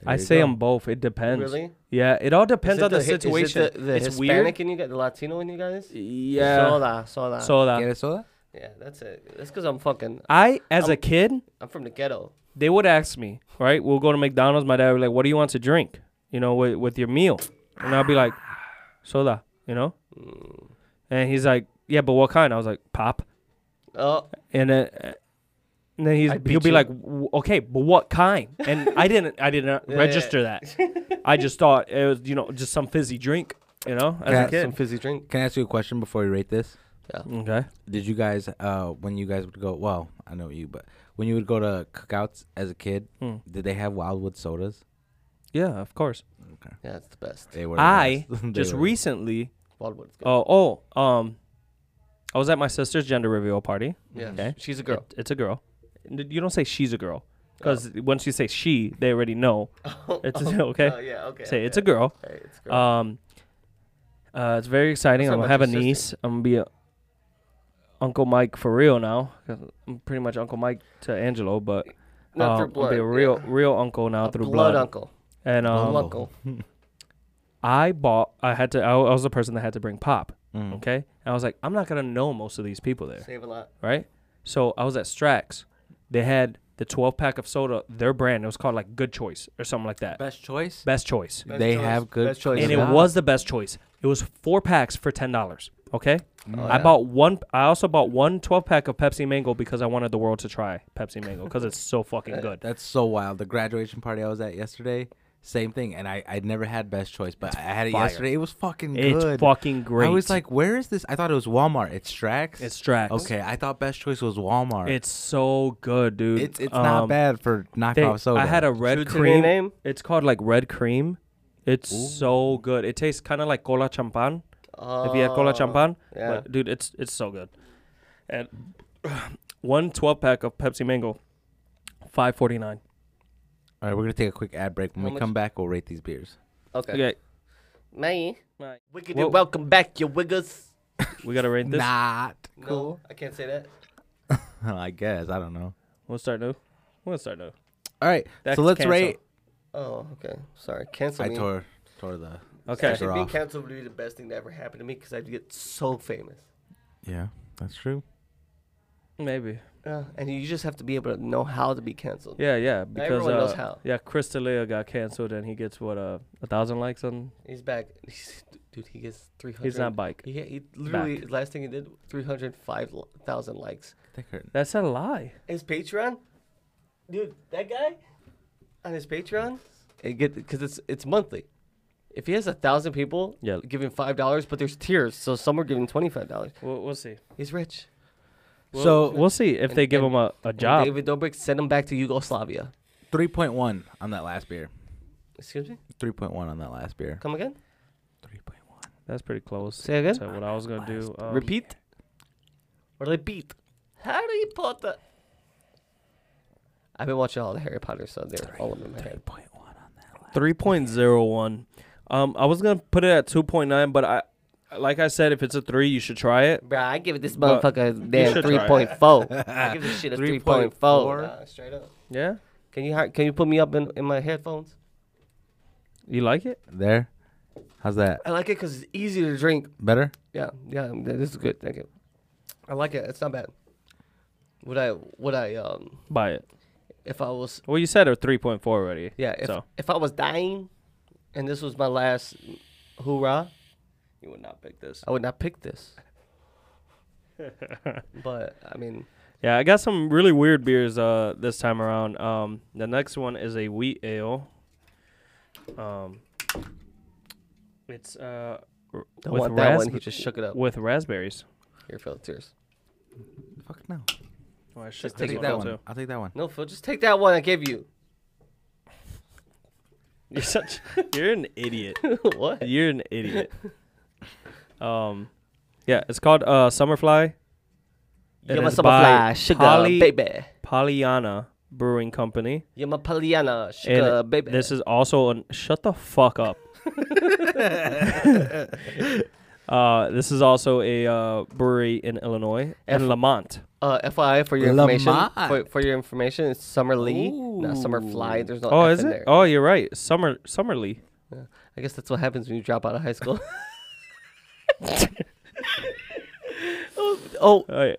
D: There
C: I
D: you
C: say
D: go.
C: them both. It depends.
B: Really?
C: Yeah, it all
B: Is
C: depends
B: it
C: on the,
B: hi- is it
C: situation.
B: The, the
C: it's
B: Hispanic in you guys, the Latino in you guys.
C: weird. Yeah.
B: Sola, sola.
C: So
D: Get
C: that
D: it, Sola?
B: yeah, that's it. That's because I'm fucking.
C: I, as
B: I'm-
C: a kid,
B: I'm from the ghetto.
C: they would ask me, right? We'll go to McDonald's. My dad would be like, "What do you want to drink? You know, with, with your meal?" And I'll be like, "Soda," you know.
B: Mm.
C: And he's like, "Yeah, but what kind?" I was like, "Pop."
B: Oh,
C: And then, and then he's,
B: I beat
C: he'll be
B: you.
C: like, "W- "Okay, but what kind?" And I didn't, I didn't
B: <laughs> Yeah, yeah.
C: register that. I just thought it was, you know, just some fizzy drink, you know, as
D: Yeah.
C: a kid.
B: some fizzy drink.
D: Can I ask you a question before we rate this?
C: Okay.
D: Did you guys, uh, when you guys would go, well, I know you, but when you would go to cookouts as a kid,
C: Hmm.
D: did they have Wildwood sodas?
C: Yeah, of course.
B: Yeah, it's the best.
D: They were. the
C: I
D: best. <laughs> They
C: just
D: were-
C: recently.
B: Wildwood's good.
C: Oh, oh, um, I was at my sister's gender reveal party.
B: yeah,
C: okay.
B: she's a girl. Oh.
C: It- it's a girl. N- You don't say she's a girl because once you say she, they already know. It's <laughs>
B: <laughs>
C: okay.
B: <laughs> Oh, yeah, okay.
C: say it's a
B: okay.
C: girl.
B: Hey, it's a girl.
C: Um, uh, it's very exciting.
B: That's
C: I'm
B: not
C: gonna
B: much
C: have a
B: assisting.
C: niece. I'm gonna be a Uncle Mike for real now. 'cause I'm pretty much Uncle Mike to Angelo, but
B: Not through
C: um, I'll
B: blood.
C: be a real,
B: yeah.
C: real uncle now
B: A
C: through
B: blood,
C: blood.
B: uncle.
C: And
D: Blood
C: um,
B: Blood
D: uncle.
B: uncle.
C: I bought. I had to. I wa- I was the person that had to bring pop.
D: Mm.
C: Okay, and I was like, I'm not gonna know most of these people there.
B: Save a lot.
C: right? So I was at Strax. They had the 12 pack of soda, their brand. It was called like Good Choice or something like that.
D: Best choice.
C: Best Choice.
B: Best
D: They
B: choice.
D: have good
B: Best choice.
C: And it
D: Wow.
C: was the best choice. It was four packs for $10. Okay.
B: Oh,
C: I
B: yeah.
C: bought one. I also bought one 12 pack of Pepsi Mango because I wanted the world to try Pepsi Mango because it's so fucking good.
D: That's so wild. The graduation party I was at yesterday, same thing. And I, I never had best choice, but I had it
C: fire.
D: yesterday. It was fucking
C: It's
D: good.
C: fucking great.
D: I was like, where is this? I thought it was Walmart. It's Strax.
C: it's Strax.
D: Okay, I thought best choice was Walmart.
C: It's so good, dude.
D: it's it's not
C: Um,
D: bad for
C: they-
D: knockoff soda.
C: I had a
B: True
C: red
B: to their
C: cream.
B: name?
C: It's called like red cream. It's so good. It tastes kind of like cola champan. if you had cola
B: Oh,
C: champan,
B: Yeah.
C: but dude, it's it's so good. And <clears throat> one 12 pack of Pepsi Mango, five forty nine.
D: All right, we're gonna take a quick ad break. When
B: How
D: we
B: much-
D: come back, we'll rate these beers.
B: Okay.
C: Okay,
B: May.
C: Right.
B: Wiggity,
C: Whoa.
B: welcome back, you wiggers.
C: we gotta rate this.
D: Not <laughs>
B: No,
D: cool.
B: I can't say that.
D: I guess I don't know.
C: We'll start new. We'll start new.
D: All right,
C: That's
D: so let's
C: cancel.
D: rate.
B: Oh, okay. Sorry. Cancel
D: I
B: me.
D: tore tore the
C: Okay.
D: Sure.
B: Actually, being
D: off.
B: canceled would be the best thing that ever happened to me because I'd get so famous.
D: yeah. That's true.
C: Maybe.
B: Yeah, Uh, and you just have to be able to know how to be canceled.
C: Yeah, yeah. Because
B: everyone knows
C: uh,
B: how.
C: yeah, Chris D'Elia got canceled and he gets what uh, a thousand likes on.
B: He's back. <laughs> He's, dude, he gets 300.
C: He's not bike.
B: He, he literally, last thing he did, 305,000 likes.
D: That hurt.
C: That's a lie.
B: His Patreon? Dude, that guy on his Patreon? It get Because it's, it's monthly. If he has a thousand people
C: Yeah.
B: giving five dollars, but there's tiers, so some are giving twenty five dollars.
C: We'll, we'll see.
B: He's rich.
C: We'll,
D: So-
C: we'll see if they
B: And-
C: give
B: and-
C: him a, a
B: And
C: job.
B: David Dobrik sent him back to Yugoslavia.
D: Three point one on that last beer.
B: Excuse me.
D: Three point one on that last beer.
B: Come again.
D: Three point one.
C: That's pretty close.
B: Say again?
C: To what I was gonna do. Um,
B: Uh, Repeat. Repeat. Harry Potter. I've been watching all the Harry Potter, so they're all in my head.
D: Point one on that. Last.
C: Three point zero one. Um, I was gonna put it at two point nine, but I, like I said, if it's a three, you should try it.
B: Bruh, I give this
C: But
B: motherfucker a damn
C: should
B: three
C: try it.
B: point <laughs> four. I give this shit a three point four.
D: 3.4.
B: straight up.
C: Yeah,
B: Can you hi- can you put me up in, in my headphones?
C: you like it?
D: There. How's that?
B: I like it because it's easy to drink.
D: Better.
B: Yeah, yeah, th- this is good. Thank you. I like it. It's not bad. Would I? Would I? Um,
C: Buy it.
B: if I was
C: Well, you said a three point four already.
B: Yeah, if
C: So.
B: if I was dying, and this was my last hoorah,
C: You would not pick this.
B: I would not pick
C: <laughs>
B: this. but I mean,
C: Yeah, I got some really weird beers uh this time around. Um, the next one is a wheat ale. Um, it's uh r-
B: don't
C: with
B: want that one.
C: rasp-
B: He just shook it up.
C: with raspberries.
B: Here, Phil, tears.
D: Fuck no.
C: Oh, I
B: Just
C: should
B: take
D: Take
B: it
D: that one. I'll take that one.
B: No, Phil, just take that one I gave you.
C: <laughs> You're such. You're an idiot.
B: what?
C: <laughs> You're an
B: <laughs>
C: idiot. um, yeah, it's called uh, Summerfly It
B: You're my
C: is
B: summer
C: by
B: fly, sugar
C: Holly-
B: baby.
C: Pollyanna Brewing Company.
B: You're my Pollyanna,
C: And
B: sugar baby.
C: <laughs> this is also an shut the fuck up. Uh, this is also a uh, brewery in Illinois
B: F-
C: and Lamont.
B: <laughs> Uh, FYI for your information, for,
D: Lamont.
B: for your information, it's Summer Lee, not Summer Fly.
D: Ooh.
B: There's no
C: Oh,
B: F
C: is
B: in
C: it?
B: there.
C: Oh, you're right. Summer Summerlee.
B: I guess that's what happens when you drop out of high school. oh,
C: Uh,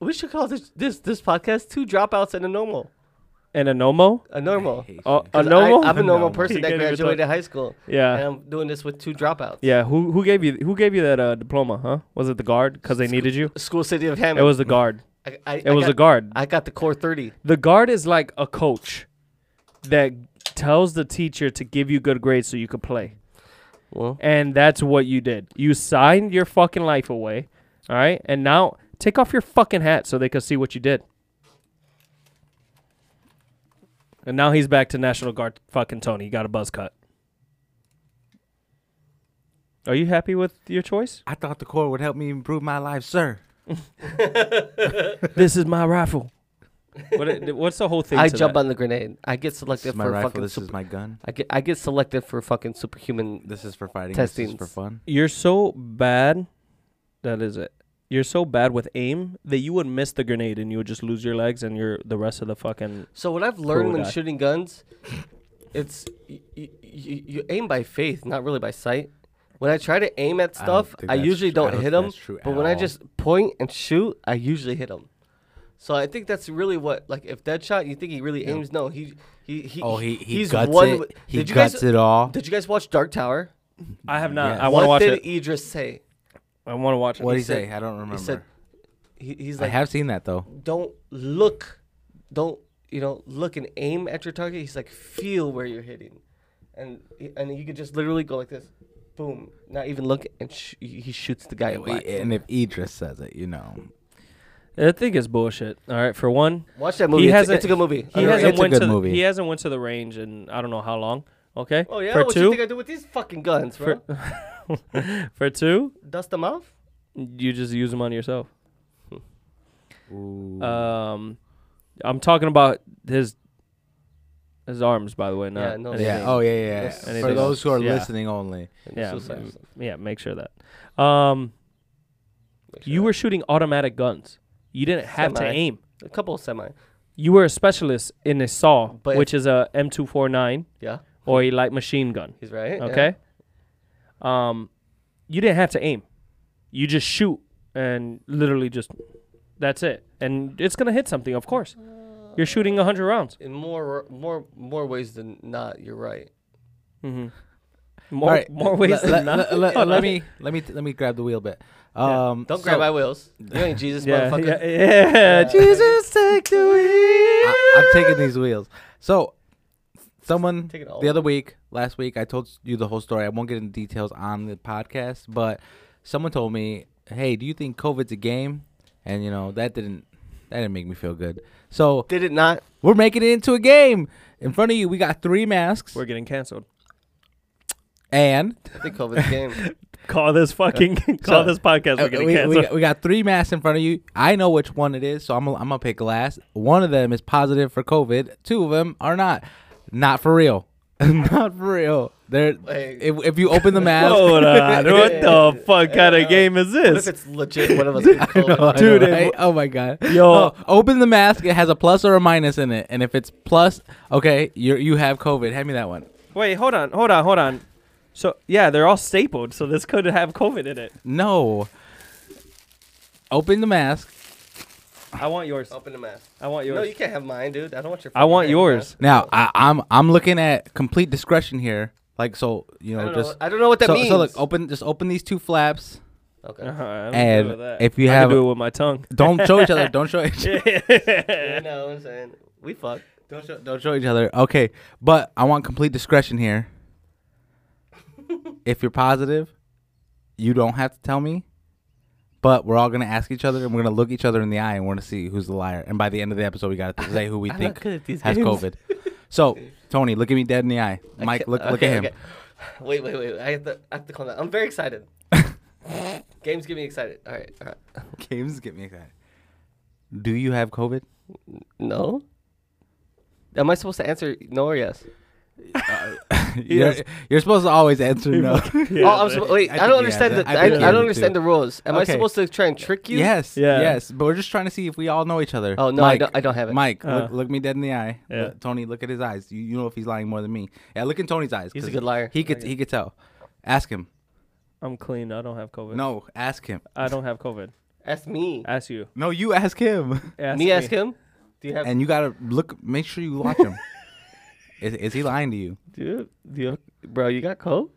B: we should call this this this podcast two dropouts and a normal.
C: and a Nomo.
B: A normal.
C: Oh, a
B: 'Cause
C: Nomo.
B: I, am a normal
D: Normal.
B: person
C: You
B: that
C: can't even
B: graduated
C: talk.
B: high school, and
C: <laughs> yeah.
B: I'm doing this with two dropouts.
C: Yeah. Who who gave you who gave you that uh, diploma? Huh? Was it the guard? Because they needed you.
B: School City of
C: It
B: Hammond.
C: was the guard.
B: I, I,
C: It was
B: got,
C: the guard.
B: I got the core 30.
C: The guard is like a coach that tells the teacher to give you good grades so you could play.
B: Well,
C: And that's what you did. You signed your fucking life away. All right. And now take off your fucking hat so they could see what you did. And now he's back to National Guard fucking Tony. You got a buzz cut. Are you happy with your choice?
D: I thought the core would help me improve my life, sir.
C: this is my rifle. What it, what's the whole thing?
B: I
C: to
B: jump
C: that?
B: on the grenade. I get
D: This is
B: selected
D: my
B: for
D: rifle.
B: fucking
D: This
B: super,
D: is my gun.
B: I get I get selected for fucking superhuman.
D: This is for fighting. This is for
B: Testings.
D: fun.
C: You're so bad. That is it. You're so bad with aim that you would miss the grenade and you would just lose your legs and your the rest of the fucking.
B: So what I've learned
C: Cool
B: when
C: guy.
B: shooting guns, it's y- y- y- you aim by faith, not really by sight. When I try to aim at
D: I don't
B: stuff,
D: think
B: I,
D: that's
B: usually
D: true. I
B: don't,
D: don't
B: hit
D: think
B: them.
D: that's true
B: But
D: at
B: when I
D: all.
B: just point and shoot, I usually hit them. So I think that's really what like if Deadshot, you think he really aims? No, he he he.
D: Oh, he, he
B: he's
D: guts
B: one.
D: it.
B: with-
D: He
B: did you
D: guts
B: guys,
D: it all.
B: Did you guys watch Dark Tower?
C: I have not.
D: Yes.
C: I want to
B: what
C: watch
B: did
C: it.
B: Idris say?
C: I want to watch it.
D: What did he
B: said-
D: say? I don't remember.
B: He said, he, he's
D: I
B: like,
D: have seen that though.
B: don't look, don't you know, look and aim at your target. He's like, feel where you're hitting, and and you could just literally go like this, boom, not even look, and sh- he shoots the guy
D: Yeah,
B: away.
D: we- And if Idris says it, you know.
C: I think it's bullshit. All right, for one,
B: Watch that movie. It's,
C: hasn't-
B: it's a good movie.
C: he
D: Underrated.
C: hasn't
D: It's a
C: went
D: good
C: to the-
D: movie.
C: he hasn't went to the range in I don't know how long. Okay,
B: Oh yeah,
C: for
B: what you
C: two,
B: think I do with these fucking guns, bro?
C: For- <laughs> for two,
B: Dust them off.
C: you just use them on yourself.
D: Ooh.
C: Um, I'm talking about his his arms, by the way. Not
B: Yeah, no,
C: anything.
D: yeah. Oh yeah, yeah. yeah.
B: Yes.
D: For
C: Anything
D: those who are
C: else? Yeah.
D: listening only,
B: And
C: Yeah,
B: suicide
C: mm,
B: stuff.
C: yeah. Make sure that. Um,
B: Make sure
C: you
B: that-
C: were shooting automatic guns. You didn't have to
B: Semi.
C: aim.
B: a couple of semi.
C: You were a specialist in a saw,
B: But-
C: which is a M249
B: Yeah,
C: or a light machine gun.
B: he's right. yeah.
C: Okay. Um, you didn't have to aim. You just shoot and literally just that's it. And it's gonna hit something, of course. You're shooting hundred rounds.
B: In more more more ways than not, you're right.
C: Mm-hmm. More
D: All right.
C: more ways
D: Le-
C: than
D: le-
C: not.
D: le- le-
C: <laughs>
D: let me let me let me grab the wheel bit.
C: Yeah.
D: Um,
B: Don't
D: so-
B: grab my wheels. You ain't Jesus,
C: <laughs> yeah,
B: motherfucker.
C: yeah, yeah. Jesus, take the wheel.
D: Uh, I, I'm taking these wheels. So, someone
B: Take it all.
D: the other week, last week, I told you the whole story. I won't get into details on the podcast, but someone told me, "Hey, do you think COVID's a game?" And you know that didn't that didn't make me feel good. So
B: Did it not?
D: we're making it into a game. In front of you, we got three masks,
C: We're getting canceled.
D: and
B: I think COVID's
D: <laughs>
B: game.
C: Call this fucking <laughs> call
D: So-
C: this podcast. We're
D: Uh,
C: getting
D: <laughs> we, we,
C: canceled.
D: got, we got three masks in front of you. I know which one it is, so I'm gonna- I'm gonna pick last. One of them is positive for COVID. Two of them are not. Not for real. <laughs> not for real. They're
B: Wait.
D: if, if
C: <laughs>
D: you open the mask,
C: Hold
D: <laughs>
C: on. What the fuck kind of game is
B: What if
C: this?
B: it's legit one of us gets
D: <laughs> I know,
B: COVID?
C: Dude, it-
D: right? oh my god,
C: Yo.
D: Oh, open the mask. It has a plus or a minus in it, and if it's plus, okay, you you have COVID. Hand me that one.
C: Wait, hold on, hold on, hold on. So yeah, they're all stapled, so this could have COVID in it.
D: No. Open the mask.
C: I want yours.
B: Open the mask.
C: I want
B: No,
C: yours.
B: you can't have mine, dude. I don't want your.
C: I want
B: fucking hand,
C: yours.
D: Now I, I'm I'm looking at complete discretion here. Like so, you
B: man. I
D: know,
B: don't,
D: just
B: know, I don't know what that
D: so,
B: means.
D: so look, oh. open just open these two <laughs> flaps
B: okay.
C: Uh-huh, I don't
D: and
C: do it with that.
D: if you
C: I
D: have
C: can do it with my tongue. <laughs>
D: don't show each other, don't show each
B: <laughs> You know what I'm saying? We fuck.
D: don't show, don't show each other. Okay, but I want complete discretion here. if you're positive, you don't have to tell me. But we're all gonna ask each other, and we're gonna look each other in the eye, and we're gonna see who's the liar. And by the end of the episode, we
B: <laughs>
D: gotta say who we
B: I'm
D: think
B: not good at these
D: has
B: games.
D: COVID. So, Tony, look at me dead in the eye.
B: I
D: Mike,
B: can't-
D: look look at
B: okay,
D: him.
B: okay. Wait, wait, wait. I have to, I have to calm down. I'm very excited.
D: <laughs>
B: Games get me excited. All right, all right.
D: Games get me excited. Do <laughs> you have COVID?
B: No. Am I supposed to answer no or yes?
D: you're, you're supposed to always answer <laughs> no.
B: oh, I'm supp- wait,
D: I
B: I,
D: think-
B: don't
D: yeah,
B: understand
D: that-
B: the
D: I
B: I,
D: think
B: I
D: you do
B: don't understand
D: too.
B: the rules. Am I
D: Okay.
B: supposed to try and trick you?
D: Yes,
C: Yeah.
D: yes. But we're just trying to see if we all know each other.
B: Oh no, I
D: Mike,
B: don't. I don't have it.
D: Mike,
C: Uh.
D: look, look me dead in the eye.
C: Yeah.
D: Look- Tony, look at his eyes. You, you know if he's lying more than me. Yeah, look in Tony's eyes.
B: He's a
D: 'cause
B: good liar.
D: He could he could tell. Ask him.
C: I'm clean. I don't have COVID.
D: No, ask him.
C: I don't have COVID.
B: Ask me.
C: Ask you.
D: No, you ask him. <laughs>
C: Ask
B: me, ask him. Do you have?
D: and you gotta look. Make sure you watch
B: <laughs>
D: him. is, is he lying to you?
B: do you, do you, bro, you got cold?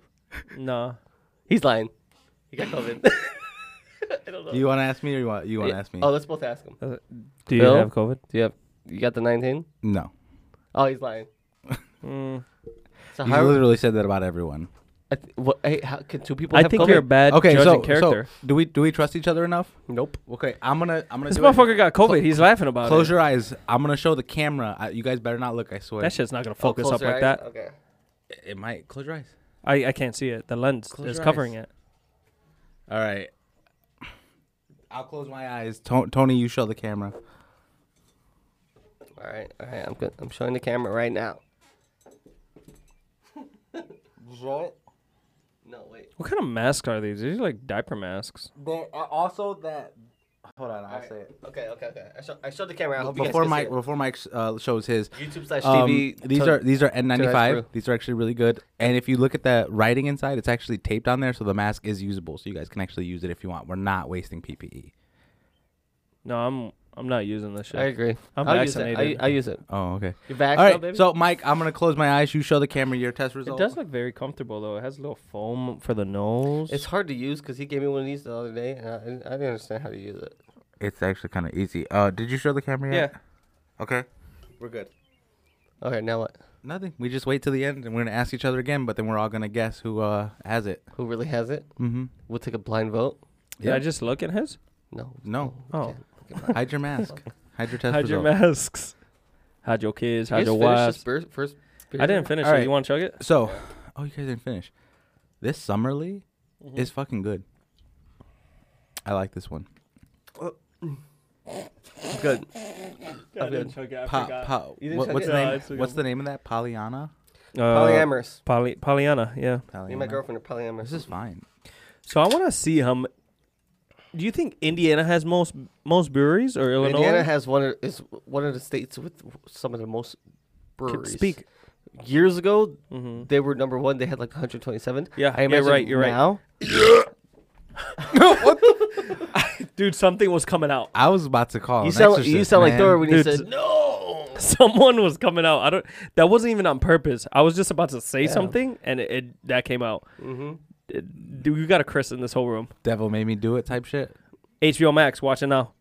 C: Nah.
B: He's lying. He got
D: <laughs>
B: COVID. I don't know.
D: You want to ask me or you want you want to ask me?
B: Oh, let's both ask him.
C: Do you
B: Phil?
C: have COVID?
B: Do you have? You got the 19?
D: No,
B: Oh, he's lying.
C: Mm.
B: So
D: you
B: how?
D: literally said that about everyone.
B: I th- what, hey, how, can two people
C: I
B: have
C: think
B: COVID?
C: you're a bad
D: Okay,
C: judge
D: so,
C: of character.
D: so do we do we trust each other enough?
B: Nope.
D: Okay, I'm gonna I'm gonna
C: this
D: do it.
C: motherfucker got COVID. He's laughing about
D: Close
C: it.
D: your eyes. I'm gonna show the camera. I, you guys better not look. I swear.
C: That shit's not gonna
B: Oh,
C: focus
B: close
C: up
B: your
C: like
B: eyes?
C: that.
B: Okay.
D: it might. Close your eyes.
C: I, I can't see it. The lens
D: Close
C: is
D: your
C: covering
D: eyes.
C: it.
D: All right. I'll close my eyes. To- Tony, you show the camera.
B: All right. All right. I'm good. I'm showing the camera right now. No, wait.
C: What kind of masks are these? These are like diaper masks.
D: There are uh, also that. Hold on, I'll
B: All right. Okay. Okay. Okay. I, show, I showed the camera. I hope
D: Before
B: you guys
D: Mike,
B: can see
D: before Mike uh, shows his.
B: it. YouTube slash
D: um,
B: TV.
D: these
B: to-
D: are these are
B: through.
D: N95. These are actually really good. And if you look at the writing inside, it's actually taped on there, so the mask is usable. So you guys can actually use it if you want. We're not wasting E. PPE.
C: No, I'm I'm not using this shit.
B: I agree.
C: I'm
B: I'll Use
C: vaccinated.
B: it. I, I use it.
D: Oh, okay.
B: You're vaxxed,
D: All
B: though,
D: right.
B: baby.
D: So Mike, I'm gonna close my eyes. You show the camera your test
C: it
D: result.
C: does look very comfortable though. It has a little foam for the nose.
B: it's hard to use because he gave me one of these the other day, and I, I didn't understand how to use it.
D: It's actually kind of easy. Uh, did you show the camera
C: yeah.
D: yet? Okay. We're good.
B: Okay. Now what?
D: Nothing. We just wait till the end, and we're gonna ask each other again. But then we're all gonna guess who uh has it.
B: Who really has it?
D: Mm-hmm.
B: We'll take a blind vote.
C: Did I just look at his?
B: No.
D: No.
B: we
C: Oh.
B: can't.
C: <laughs>
D: Hide your mask. Hide your test
C: Hide your
D: result.
C: masks. Hide your kids. Hide
B: Did you
C: your
B: guys finish this
C: wives.
B: beer- first beer
C: I didn't
B: here?
C: finish
D: All
C: it.
D: right.
C: You want to chug it?
D: So, oh, you guys didn't finish. This summer league
C: Mm-hmm.
D: is fucking good. I like this one.
B: Good.
C: Yeah,
B: I didn't
C: chug it. I
D: Pop, pop.
B: You didn't
D: What,
B: check
D: what's
B: it?
D: the
C: No,
D: name?
C: it's okay.
D: What's the name of that? Pollyanna.
B: <laughs> Polyamorous.
C: Uh, Poly, Pollyanna, yeah.
B: Me and my
D: Pollyanna?
B: girlfriend are polyamorous.
D: This is fine.
C: So I want to see how. M- Do you think Indiana has most most breweries or Illinois?
B: Indiana has one of, is one of the states with some of the most
C: Can
B: breweries.
C: Speak.
B: Years ago,
C: Mm-hmm.
B: they were number one. They had like 127.
C: Yeah,
B: I
C: you're
B: imagine
C: right, you're right.
B: now,
C: Dude, something was coming out.
D: I was about to call.
B: You
D: Oh, an
B: sound like, you
D: exorcist,
B: sound like
D: man.
B: Thor when you
C: Dude,
B: said no.
C: <laughs> Someone was coming out. I don't. That wasn't even on purpose. I was just about to say
B: Yeah.
C: something, and it, it that came out.
B: Mm-hmm.
C: It- Dude, you got a Chris in this whole room.
D: Devil made me do it type shit.
C: HBO Max, watch it now.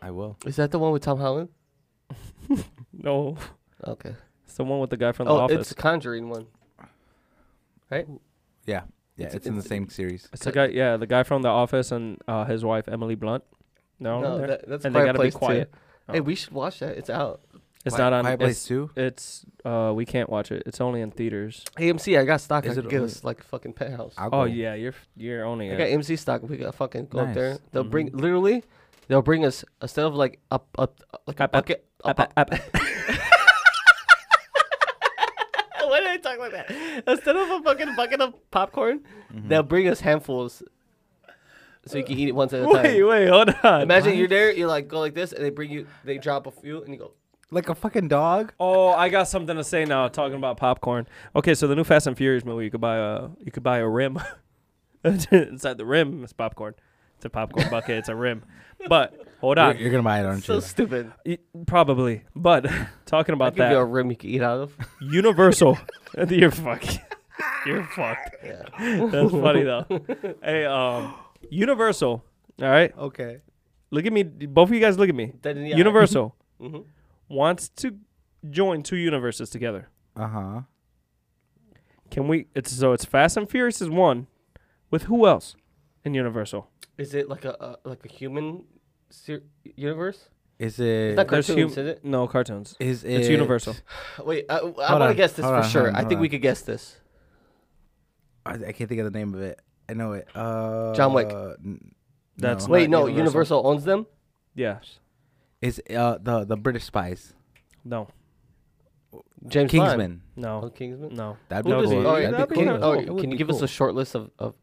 D: I will.
B: Is that the one with Tom Holland?
C: No,
B: Okay.
C: it's the one with the guy from the
B: Oh,
C: office.
B: it's the Conjuring one.
D: Yeah. Yeah. It's,
B: It's-
D: in the
B: it's-
D: same series.
C: It's the guy, yeah, the guy from The Office and uh, his wife Emily Blunt. No,
B: No,
C: they're-
B: that, that's
C: and they
B: Quiet
C: gotta be
B: Place too.
C: quiet.
B: Hey,
C: Oh.
B: we should watch that. It's out.
C: it's
D: Quiet-
C: not on.
D: Quiet Place
C: it's,
D: Two.
C: it's uh, we can't watch it. It's only in theaters.
B: AMC, I got stock.
D: Is
B: I
D: it
B: could get
D: only-
B: us like a fucking penthouse.
D: I'll
C: Oh
D: go.
C: yeah, you're you're owning
B: I
C: it.
B: got AMC stock. We got fucking go up there.
D: Nice.
B: They'll bring
C: Mhm.
B: literally, they'll bring us instead of like up up like a
C: Up, up,
B: bucket.
C: Up,
B: <laughs> up-
C: up, up.
B: Why did I talk like that? Instead of a fucking bucket of popcorn, they'll bring us handfuls, so you can eat it once at a time.
C: wait, wait, hold on.
B: Imagine you're there. You like go like this, and they bring you. They drop a few, and you go.
D: Like a fucking dog.
C: Oh, I got something to say now. Talking about popcorn. Okay, so the new Fast and Furious movie, you could buy a you could buy a rim. <laughs> Inside the rim is popcorn. It's a popcorn bucket. It's a rim. But hold
D: You're,
C: on,
D: you're gonna buy it, aren't
B: So
D: you?
B: stupid.
C: Y- probably. But <laughs>
B: I'll
C: talking about
B: give you a
C: that,
B: rim you can eat out of. <laughs>
C: Universal. <laughs> you're fucked. You're fucked.
B: Yeah.
C: That's funny though. hey, um, Universal. All right,
D: Okay.
C: look at me. Both of you guys, look at me.
B: Then, yeah.
C: Universal
B: Mhm.
C: wants to join two universes together.
D: Uh huh.
C: Can we? It's so it's Fast and Furious is one, with who else in Universal?
B: Is it like a, a like a human ser- universe?
D: Is
B: It's
D: it?
B: not
C: There's
B: cartoons,
C: hum-
B: is it?
C: No cartoons.
D: Is it?
C: It's Universal.
B: Wait, uh, I, I want
D: on,
B: to guess this
D: hold
B: for
D: on,
B: sure.
D: hold on,
B: I think
D: hold
B: we
D: on.
B: could guess this.
D: I, I can't think of the name of it. I know it. Uh,
B: John Wick.
D: n-
C: That's
D: no.
C: not-
B: Wait, no,
C: Universal.
B: Universal owns them.
C: Yes.
D: It's uh the the British spies.
C: No.
B: James Bond.
D: Kingsman.
B: Oh,
C: No,
B: Kingsman.
C: no
D: That'd be
C: Who
B: Who
C: does
B: does it?
C: he-
D: cool.
C: Oh,
B: All
C: yeah,
B: right,
D: That'd
C: that'd
D: be
C: be
B: King-
D: cool.
C: kinda-
B: all
D: It
B: right,
D: would
B: can
D: be
B: you give us
D: cool.
B: a short list of of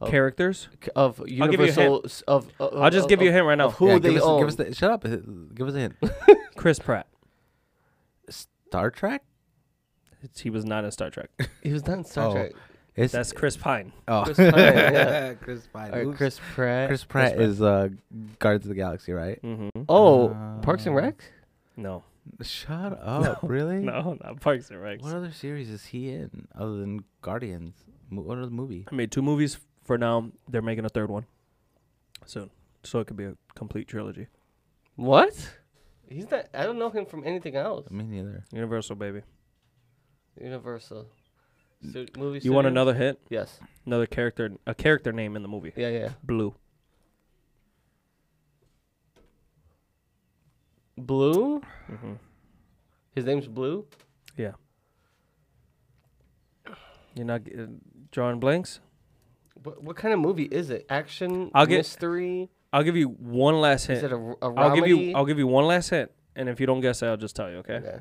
B: of,
C: characters.
B: of
C: I'll give you a hint.
B: universal s- of, of
C: I'll just
B: of-
C: give you a
B: of-
C: hint right now.
B: of who
D: Yeah,
B: they
D: give us,
B: own.
D: Give us the, shut up. Give us a hint.
C: Chris Pratt.
D: Star Trek?
C: It's- he was not in Star Trek.
B: <laughs> he was not in Star
D: Oh.
B: Trek.
D: It's,
C: That's Chris Pine.
D: oh.
B: Chris Pine, yeah.
D: <laughs> Chris Pine.
B: All right,
D: Oops.
B: Chris Pratt.
D: Chris Pratt is uh, Guardians of the Galaxy, right?
C: hmm
B: Oh, Parks and
D: Uh,
B: Rec.
C: No,
D: Shut up, really?
C: no, not Parks and Rec.
D: What other series is he in other than Guardians? Mo- What other movie?
C: I made two movies for now. They're making a third one soon, so it could be a complete trilogy.
B: What? He's not. I don't know him from anything else.
D: Me neither.
C: Universal, baby.
B: Universal.
D: Mm.
B: Stu- movie.
C: You want
B: studios?
C: another hint?
B: Yes.
C: Another character, a character name in the movie.
B: Yeah, yeah.
C: Blue.
B: Blue.
D: Mm-hmm.
C: hmm
B: His name's Blue.
C: Yeah. You're not g- uh, drawing blanks.
B: What, what kind of movie is it? Action,
C: I'll get-
B: mystery.
C: I'll give you one last
B: Is it
C: hint.
B: a, a
C: I'll give you.
B: comedy?
C: I'll give you one last hint, and if you don't guess it, I'll just tell you. Okay.
B: Okay.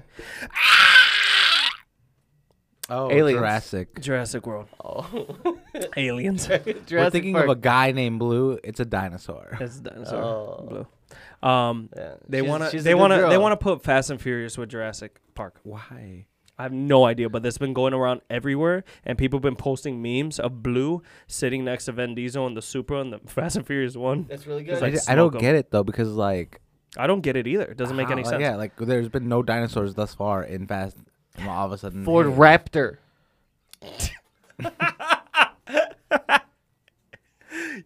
D: Oh,
B: Aliens.
D: Jurassic.
C: Jurassic World.
B: Oh. <laughs>
C: Aliens.
D: We're
B: Jurassic
D: thinking
B: Park.
D: of a guy named Blue. It's a dinosaur.
C: That's dinosaur.
B: Oh.
C: Blue. Um,
B: Yeah,
C: they
B: she's-
C: want to.
B: she's a
C: They
B: good
C: want to. They
B: girl.
C: want to put Fast and Furious with Jurassic Park.
D: Why?
C: I have no idea, but that's been going around everywhere, and people have been posting memes of Blue sitting next to Vin Diesel in the Supra and the <laughs> Fast and Furious One.
B: That's really
C: It's
B: good.
D: I,
C: like
D: d- I don't
C: smoke 'em.
D: get it though because like
C: I don't get it either. It doesn't make
D: how-
C: any
D: like,
C: sense.
D: Yeah, like there's been no dinosaurs thus far in Fast. and all of a sudden,
B: Ford
D: hey.
B: Raptor.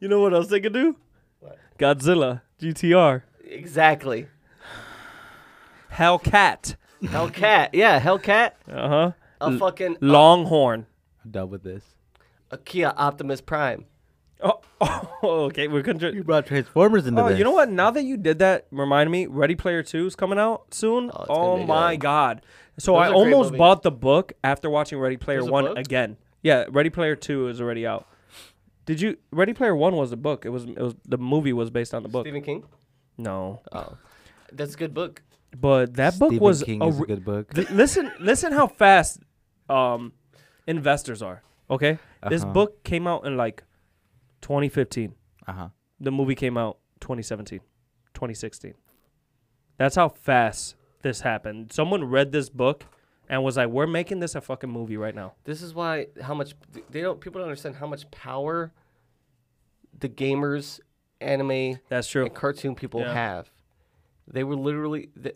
C: You know what else they could do?
B: What?
C: Godzilla, GTR,
B: Exactly.
C: Hellcat,
B: Hellcat. Yeah, Hellcat.
C: uh huh,
B: A fucking
C: Longhorn.
D: I'm done with this.
B: a Kia Optimus Prime.
C: Oh, <laughs> okay, we're contra-
D: You brought Transformers into
C: Oh,
D: this.
C: you know what? Now that you did that, remind me, Ready Player Two is coming out soon.
B: Oh,
C: Oh,
B: it's gonna be
C: my
B: good.
C: god! So
B: Those
C: I
B: are great
C: almost
B: movies.
C: bought the book after watching Ready Player
B: There's a
C: One
B: book?
C: again. Yeah, Ready Player Two is already out. Did you? Ready Player One was the book. It was. It was the movie was based on the book.
B: Stephen King.
C: No,
B: Oh, that's a good book.
C: but that book
D: Stephen
C: was.
D: King
C: a
D: is a
C: re-
D: good book.
C: th- listen, listen, how fast um, investors are. Okay, this
D: Uh-huh.
C: book came out in like 2015.
D: Uh huh.
C: the movie came out 2017 2016 that's how fast this happened someone read this book and was like we're making this a fucking movie right now
B: This is why how much they don't people don't understand how much power the gamers, anime,
C: that's true
B: and cartoon people
C: Yeah.
B: have. They were literally they,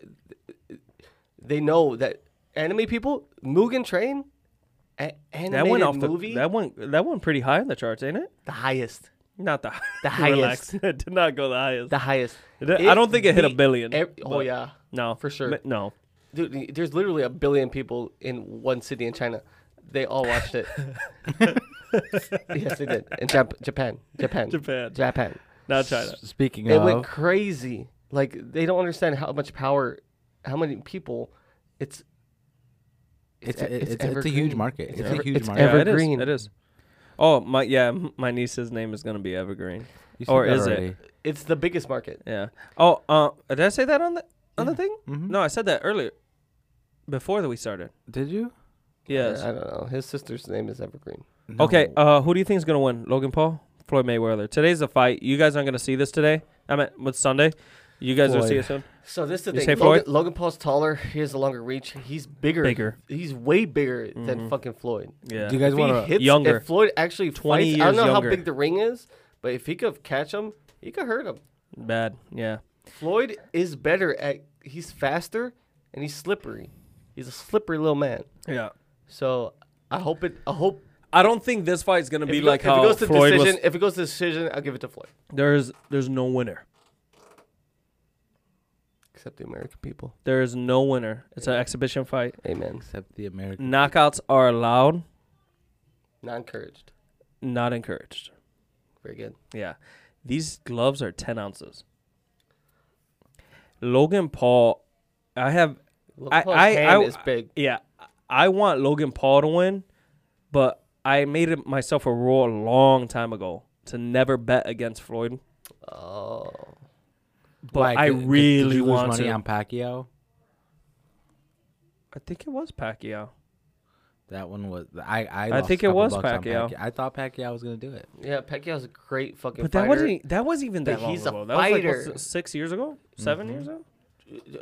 B: they know that anime people Mugen Train, a- animated
C: that went off
B: movie,
C: the that went that went pretty high in the charts ain't it
B: the highest,
C: not the <laughs>
B: The
C: relax. it did not go the highest
B: the highest.
C: It did- i
B: it
C: don't think it hit a
B: beat
C: billion
B: Ev- oh
C: but
B: yeah,
C: no
B: for sure.
C: M- no
B: dude. There's literally a billion people in one city in China. They all watched
C: <laughs>
B: it. yes, they did. In Jap- Japan, Japan,
C: japan
B: Japan.
C: not china
D: S- speaking
B: They
D: of,
B: went crazy. Like they don't understand how much power, how many people. It's e,
D: it's a, it's, it's, a huge
B: evergreen.
D: market. It's,
B: ever-
D: a huge
B: it's
D: market.
C: Oh, Yeah, it is,
B: Evergreen.
C: it is oh my yeah m- my niece's name is gonna be evergreen
D: You
C: or
D: said that
C: is it?
D: already.
B: It's the biggest market.
C: yeah oh uh did i say that on the on the thing
D: Mhm.
C: No, I said that earlier. Before that we started.
D: Did you?
C: Yes.
B: I don't know. His sister's name is Evergreen.
C: Okay.
D: No.
C: Uh, who do you think is gonna win? Logan Paul, Floyd Mayweather. Today's the fight. You guys aren't gonna see this today. I mean, what's Sunday? You guys will see
D: Floyd.
C: it soon.
B: So this is
C: You
B: the
C: say
B: thing.
C: Floyd?
B: Logan, Logan Paul's taller. He has a longer reach. He's bigger.
C: Bigger.
B: He's way bigger than fucking Floyd.
C: Yeah.
D: Do you guys
B: If he
D: want to?
B: hits-
C: Younger.
B: If Floyd actually
C: 20
B: fights, I don't
C: years
B: know
C: younger.
B: how big the ring is, but if he could catch him, he could hurt him.
C: Bad. Yeah.
B: Floyd is better at. He's faster and he's slippery. He's a slippery little man.
C: Yeah.
B: So I hope it. I hope
C: I don't think this fight's gonna
B: if
C: be
B: it go-
C: like
B: if
C: how
B: it goes to
C: Floyd
B: decision.
C: was.
B: If it goes to decision, I'll give it to Floyd.
C: There's there's no winner.
B: Except the American people.
C: There is no winner. It's an exhibition fight.
B: Amen.
D: Except the American.
C: Knockouts are allowed,
B: Not encouraged.
C: not encouraged.
B: Very good.
C: Yeah. These gloves are 10 ounces. Logan Paul, I have.
B: Logan
C: I,
B: Paul's
C: I,
B: hand
C: I,
B: is big.
C: Yeah. I want Logan Paul to win, but I made it myself a rule a long time ago to never bet against Floyd.
B: Oh,
C: But
D: Why?
C: I
D: Did- did-
C: really
D: did you lose
C: want
D: money
C: to.
D: on Pacquiao.
C: I think it was Pacquiao.
D: That one was I. I,
C: I
D: lost a
C: think it
D: couple
C: was
D: bucks on
C: Pacquiao.
D: I thought Pacquiao was gonna do it.
B: Yeah, Pacquiao's a great fucking.
C: But that
B: fighter.
C: wasn't e, that wasn't even
B: But
C: that long
B: he's a
C: ago. That was like what's
B: fighter.
C: it, six years ago, 7 years ago.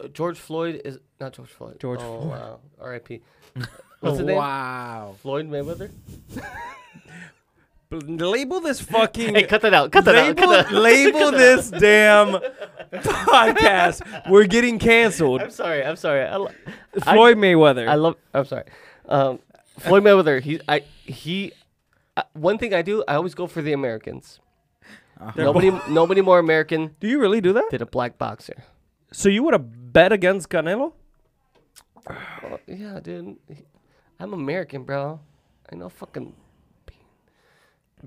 B: Uh, George Floyd is not George Floyd.
C: George
B: oh,
C: Floyd.
B: Wow.
C: <laughs>
B: R.I.P. What's his name?
D: wow.
B: Floyd Mayweather.
C: Bl- Label <laughs> this fucking.
B: Hey, cut that out. Cut that out.
C: label
B: Cut that out. <laughs>
C: label this damn <laughs> podcast. We're getting canceled.
B: I'm sorry. I'm sorry. I, lo- I-
C: Floyd Mayweather.
B: I love. I'm sorry. Um, Floyd Mayweather. He. I. He. I, one thing I do. I always go for the Americans.
C: They're
B: Nobody. nobody more American
C: Do you really do that?
B: than a black boxer.
C: So you would have bet against Canelo?
B: Oh, yeah, dude. He- I'm American, bro. I know fucking.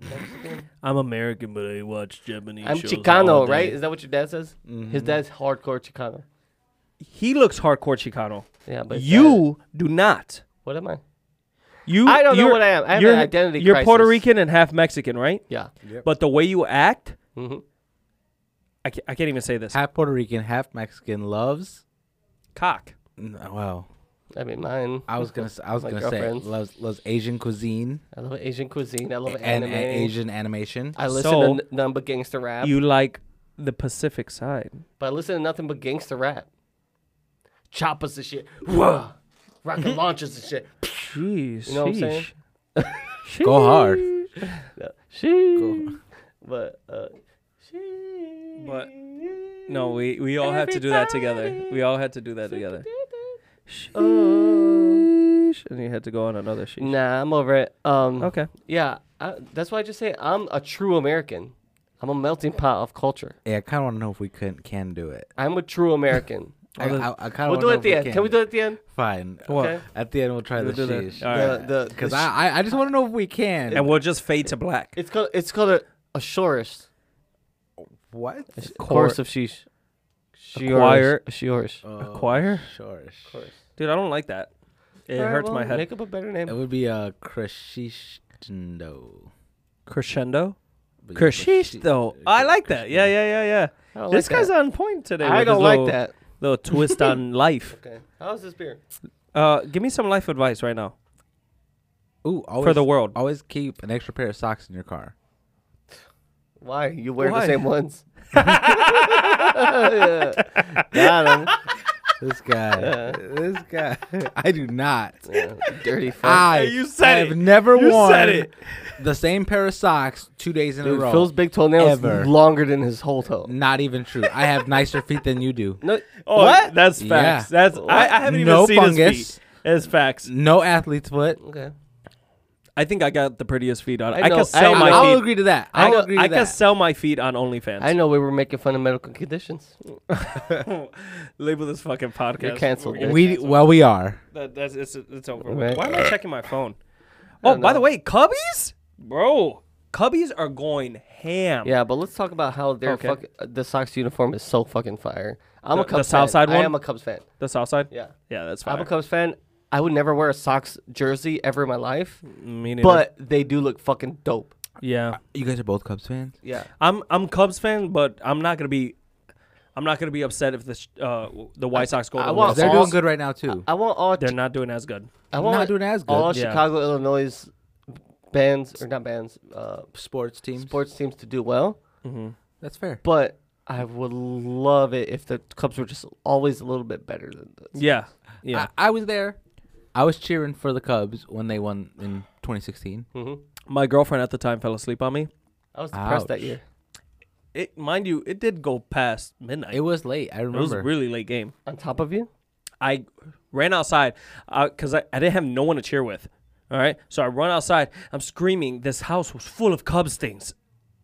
B: Mexican.
C: I'm American, but I watch Japanese.
B: I'm Chicano, right? Is that what your dad says?
C: Mm-hmm.
B: His dad's hardcore Chicano.
C: He looks hardcore Chicano.
B: Yeah, but
C: you do not.
B: what am I?
C: You.
B: I don't know
C: you're-
B: what I am. I have an
C: you're,
B: identity
C: You're Puerto
B: crisis.
C: Rican and half Mexican, right?
B: Yeah.
C: But the way you act,
B: hmm
C: I can't, I can't even say this.
D: Half Puerto Rican, half Mexican loves.
C: Cock.
D: N- Well,
B: I mean, mine.
D: I was gonna. s- I was
B: My
D: gonna say
B: girlfriends.
D: loves loves Asian cuisine
B: <laughs> I love Asian cuisine. I love
D: and, and
B: anime.
D: Asian animation.
B: I listen
C: So-
B: to n- none but gangster rap.
C: You like the Pacific side.
B: But I listen to nothing but gangster rap. Choppers and shit. Whoa. Rocket launchers and shit.
C: Jeez.
B: You know what I'm saying?
C: sheesh.
D: Go hard.
C: Sheesh.
B: No. She. But, uh, she.
C: But- No, we, we all have to do that together. We all had to do that together. Sheesh. And you had to go on another sheesh.
B: Oh. Nah, I'm over it. Um,
C: Okay.
B: Yeah, I, that's why I just say I'm a true American. I'm a melting pot of culture.
D: yeah, I kind of want to know if we can can do it.
B: I'm a true
C: <laughs>
B: American.
D: I,
C: Well,
D: I, I kind
B: we'll
D: of
B: do it at the end. Can we do it at the end?
D: Fine.
C: What?
B: Okay.
D: At the end, we'll try
C: We'll do
D: the
C: that.
D: sheesh.
C: All right.
B: The, the,
D: Because
B: the sh-
D: I, I I just want to know if we can.
C: And we'll just fade to black.
B: it's called it's called a, a shorish.
D: what?
B: Chorus of sheesh.
C: Acquire-
B: Shiorish. Shiorish.
D: Oh,
C: choir?
D: Sure.
B: Chorus.
C: Dude, I don't like that. It
B: All right,
C: hurts my
B: well,
C: head.
B: Make up a better
D: It
B: name.
D: would be a crescendo.
C: Crescendo?
D: But yeah,
C: Crescendo. Oh,
D: cresci-
C: I like that. Yeah, yeah, yeah, yeah.
B: I don't
C: this
B: like
C: guy's
B: that.
C: on point today.
B: I
C: with
B: don't
C: his
B: like
C: little,
B: that.
C: Little twist on life.
B: Okay. How's this beer?
C: Uh, give me some life advice right now
D: Ooh, always,
C: for the world.
D: always keep an extra pair of socks in your car.
B: Why you wear
C: Why?
B: the same
C: <laughs>
B: ones? yeah. Got him.
D: This
C: <laughs>
D: guy. this guy. <laughs> I do not.
B: Yeah, dirty fuck.
D: I
C: you said
D: have
C: it.
D: never
C: You said
D: worn
C: it.
D: the same pair of socks two days in
B: Dude,
D: a row.
B: Phil's big toenail is
D: Ever.
B: longer than his whole toe.
D: not even true. I have nicer feet than you do.
B: No,
C: Oh,
D: What?
C: That's
D: Yeah.
C: facts. That's I, I haven't
D: No
C: even seen his
D: fungus.
C: feet. It's facts.
D: No
C: <laughs>
D: athlete's foot.
B: Okay.
C: I think I got the prettiest feet on. I,
B: I
C: can
B: know-
C: sell
B: I
C: my
B: know-
D: I'll
C: feet.
D: agree to that.
C: I,
D: I'll
C: know-
D: agree to
C: I can
D: that.
C: sell my feet on OnlyFans.
B: I know we were making fun of medical conditions.
C: Hmm. <laughs> Label this fucking podcast.
B: You're canceled,
C: We're gonna
D: we
C: cancel.
D: well, we are.
C: That- that's it's, it's over. with.
B: Right.
C: Why am I checking my phone? Oh, by the way, Cubbies, bro, Cubbies are going ham.
B: Yeah, but let's talk about how their
C: Okay.
B: fuck, the Sox uniform is so fucking fire. I'm a
C: The- the
B: Cubs fan.
C: Southside
B: I
C: one?
B: am a Cubs fan.
C: The South Side.
B: Yeah.
C: yeah, that's
B: I'm a
C: fine.
B: Cubs fan. I would never wear a Sox jersey ever in my life,
C: Me neither.
B: but they do look fucking dope.
C: yeah,
D: You guys are both Cubs fans.
B: Yeah.
C: I'm I'm Cubs fan, but I'm not gonna be. I'm not gonna be upset if the sh- uh, the White Sox go.
B: I
C: to the
B: want-
C: World
D: They're
C: Series.
D: doing
B: awesome.
D: good right now too.
B: I want all
C: They're not doing as good.
B: I
D: not
B: want
D: doing as good.
B: all
C: Yeah.
B: Chicago, Illinois bands or not bands, uh,
D: Sports teams.
B: sports teams to do well.
D: That's fair.
B: But I would love it if the Cubs were just always a little bit better than this.
C: Yeah, yeah.
D: I, I was there. I was cheering for the Cubs when they won in 2016.
B: hmm
C: My girlfriend at the time fell asleep on me.
B: I was depressed that
D: Ouch.
B: year.
C: It, mind you, it did go past midnight.
D: It was late. I
C: It was
D: remember.
C: a really late game.
B: On top of you,
C: I ran outside because I, I didn't have no one to cheer with. All right. So I run outside. I'm screaming. This house was full of Cubs things.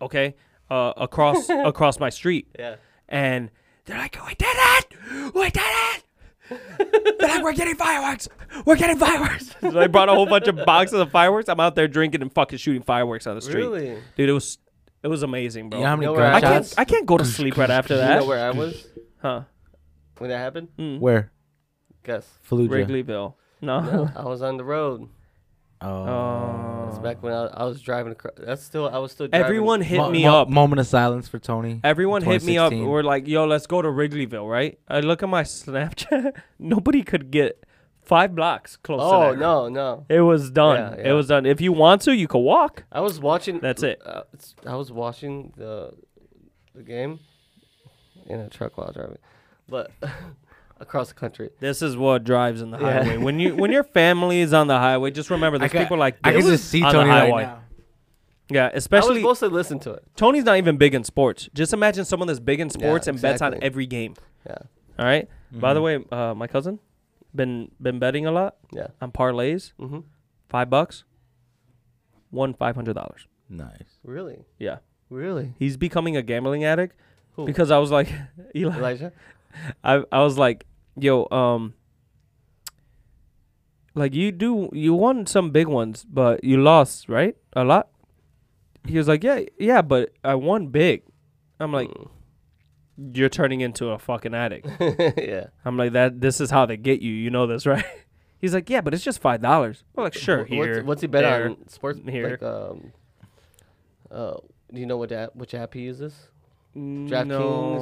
C: Okay. Uh, <laughs> across across my street.
B: Yeah.
C: And they're like, we did it. We did it. they're like, we're getting fireworks. We're getting fireworks. so <laughs> they brought a whole bunch of boxes of fireworks. I'm out there drinking and fucking shooting fireworks on the street.
B: Really?
C: Dude, it was it was amazing, bro.
D: you know how
B: You
D: many
B: know where I
C: I
D: gunshots?
C: can't I can't go to sleep right after
B: <laughs> you know
C: that.
B: where I was
C: Huh? Mm.
B: when that happened?
D: Where?
B: Guess.
D: Fallujah.
C: Wrigleyville. No.
B: I was on the road.
D: Oh.
B: It's
C: Oh.
B: back when I, I was driving across. That's still I was still driving.
C: Everyone hit
D: Mo-
C: me
D: mo-
C: up.
D: Moment of silence for Tony.
C: Everyone hit me up.
D: 2016.
C: <laughs> We're like, yo, let's go to Wrigleyville, right? I look at my Snapchat. Nobody could get five blocks close. to
B: Oh
C: that.
B: no, no.
C: It was done.
B: Yeah, yeah.
C: It was done. If you want to, you could walk.
B: I was watching.
C: That's it.
B: Uh, it's- I was watching the the game in a truck while driving, but <laughs> across the country.
C: This is what drives in the
B: Yeah.
C: highway. When you when your family is on the highway, just remember
D: I
C: there's
D: ca-
C: people like
D: I can
C: this
D: just see
C: on the
D: Tony right
C: highway.
D: now.
C: Yeah,
B: I was
C: especially
B: supposed to listen to it.
C: Tony's not even big in sports. Just imagine someone that's big in sports and bets on
B: exactly.
C: every game.
B: Yeah, Mm-hmm.
C: All right? By the
D: Mhm.
C: way, uh, my cousin been been betting a lot
B: yeah.
C: on parlays.
B: Mm-hmm.
C: Five bucks, won five hundred dollars.
D: nice.
B: Really,
C: Yeah,
B: really.
C: he's becoming a gambling addict
B: Who?
C: because I was like, <laughs> Eli,
B: Elijah.
C: I I was like, yo, um, like you do you won some big ones, but you lost right a lot. He was like, yeah, yeah, but I won big. <laughs> I'm like,
B: Mm.
C: you're turning into a fucking addict.
B: <laughs> yeah.
C: I'm like that. This is how they get you. You know this, <laughs> right? He's like, yeah, but it's just five dollars. I'm like, sure.
B: Wh- what's-
C: Here,
B: What's, he bet
C: there." mm,
B: on sports?
C: here.
B: Like, um, uh, do you know what app which app he uses? DraftKings
C: No,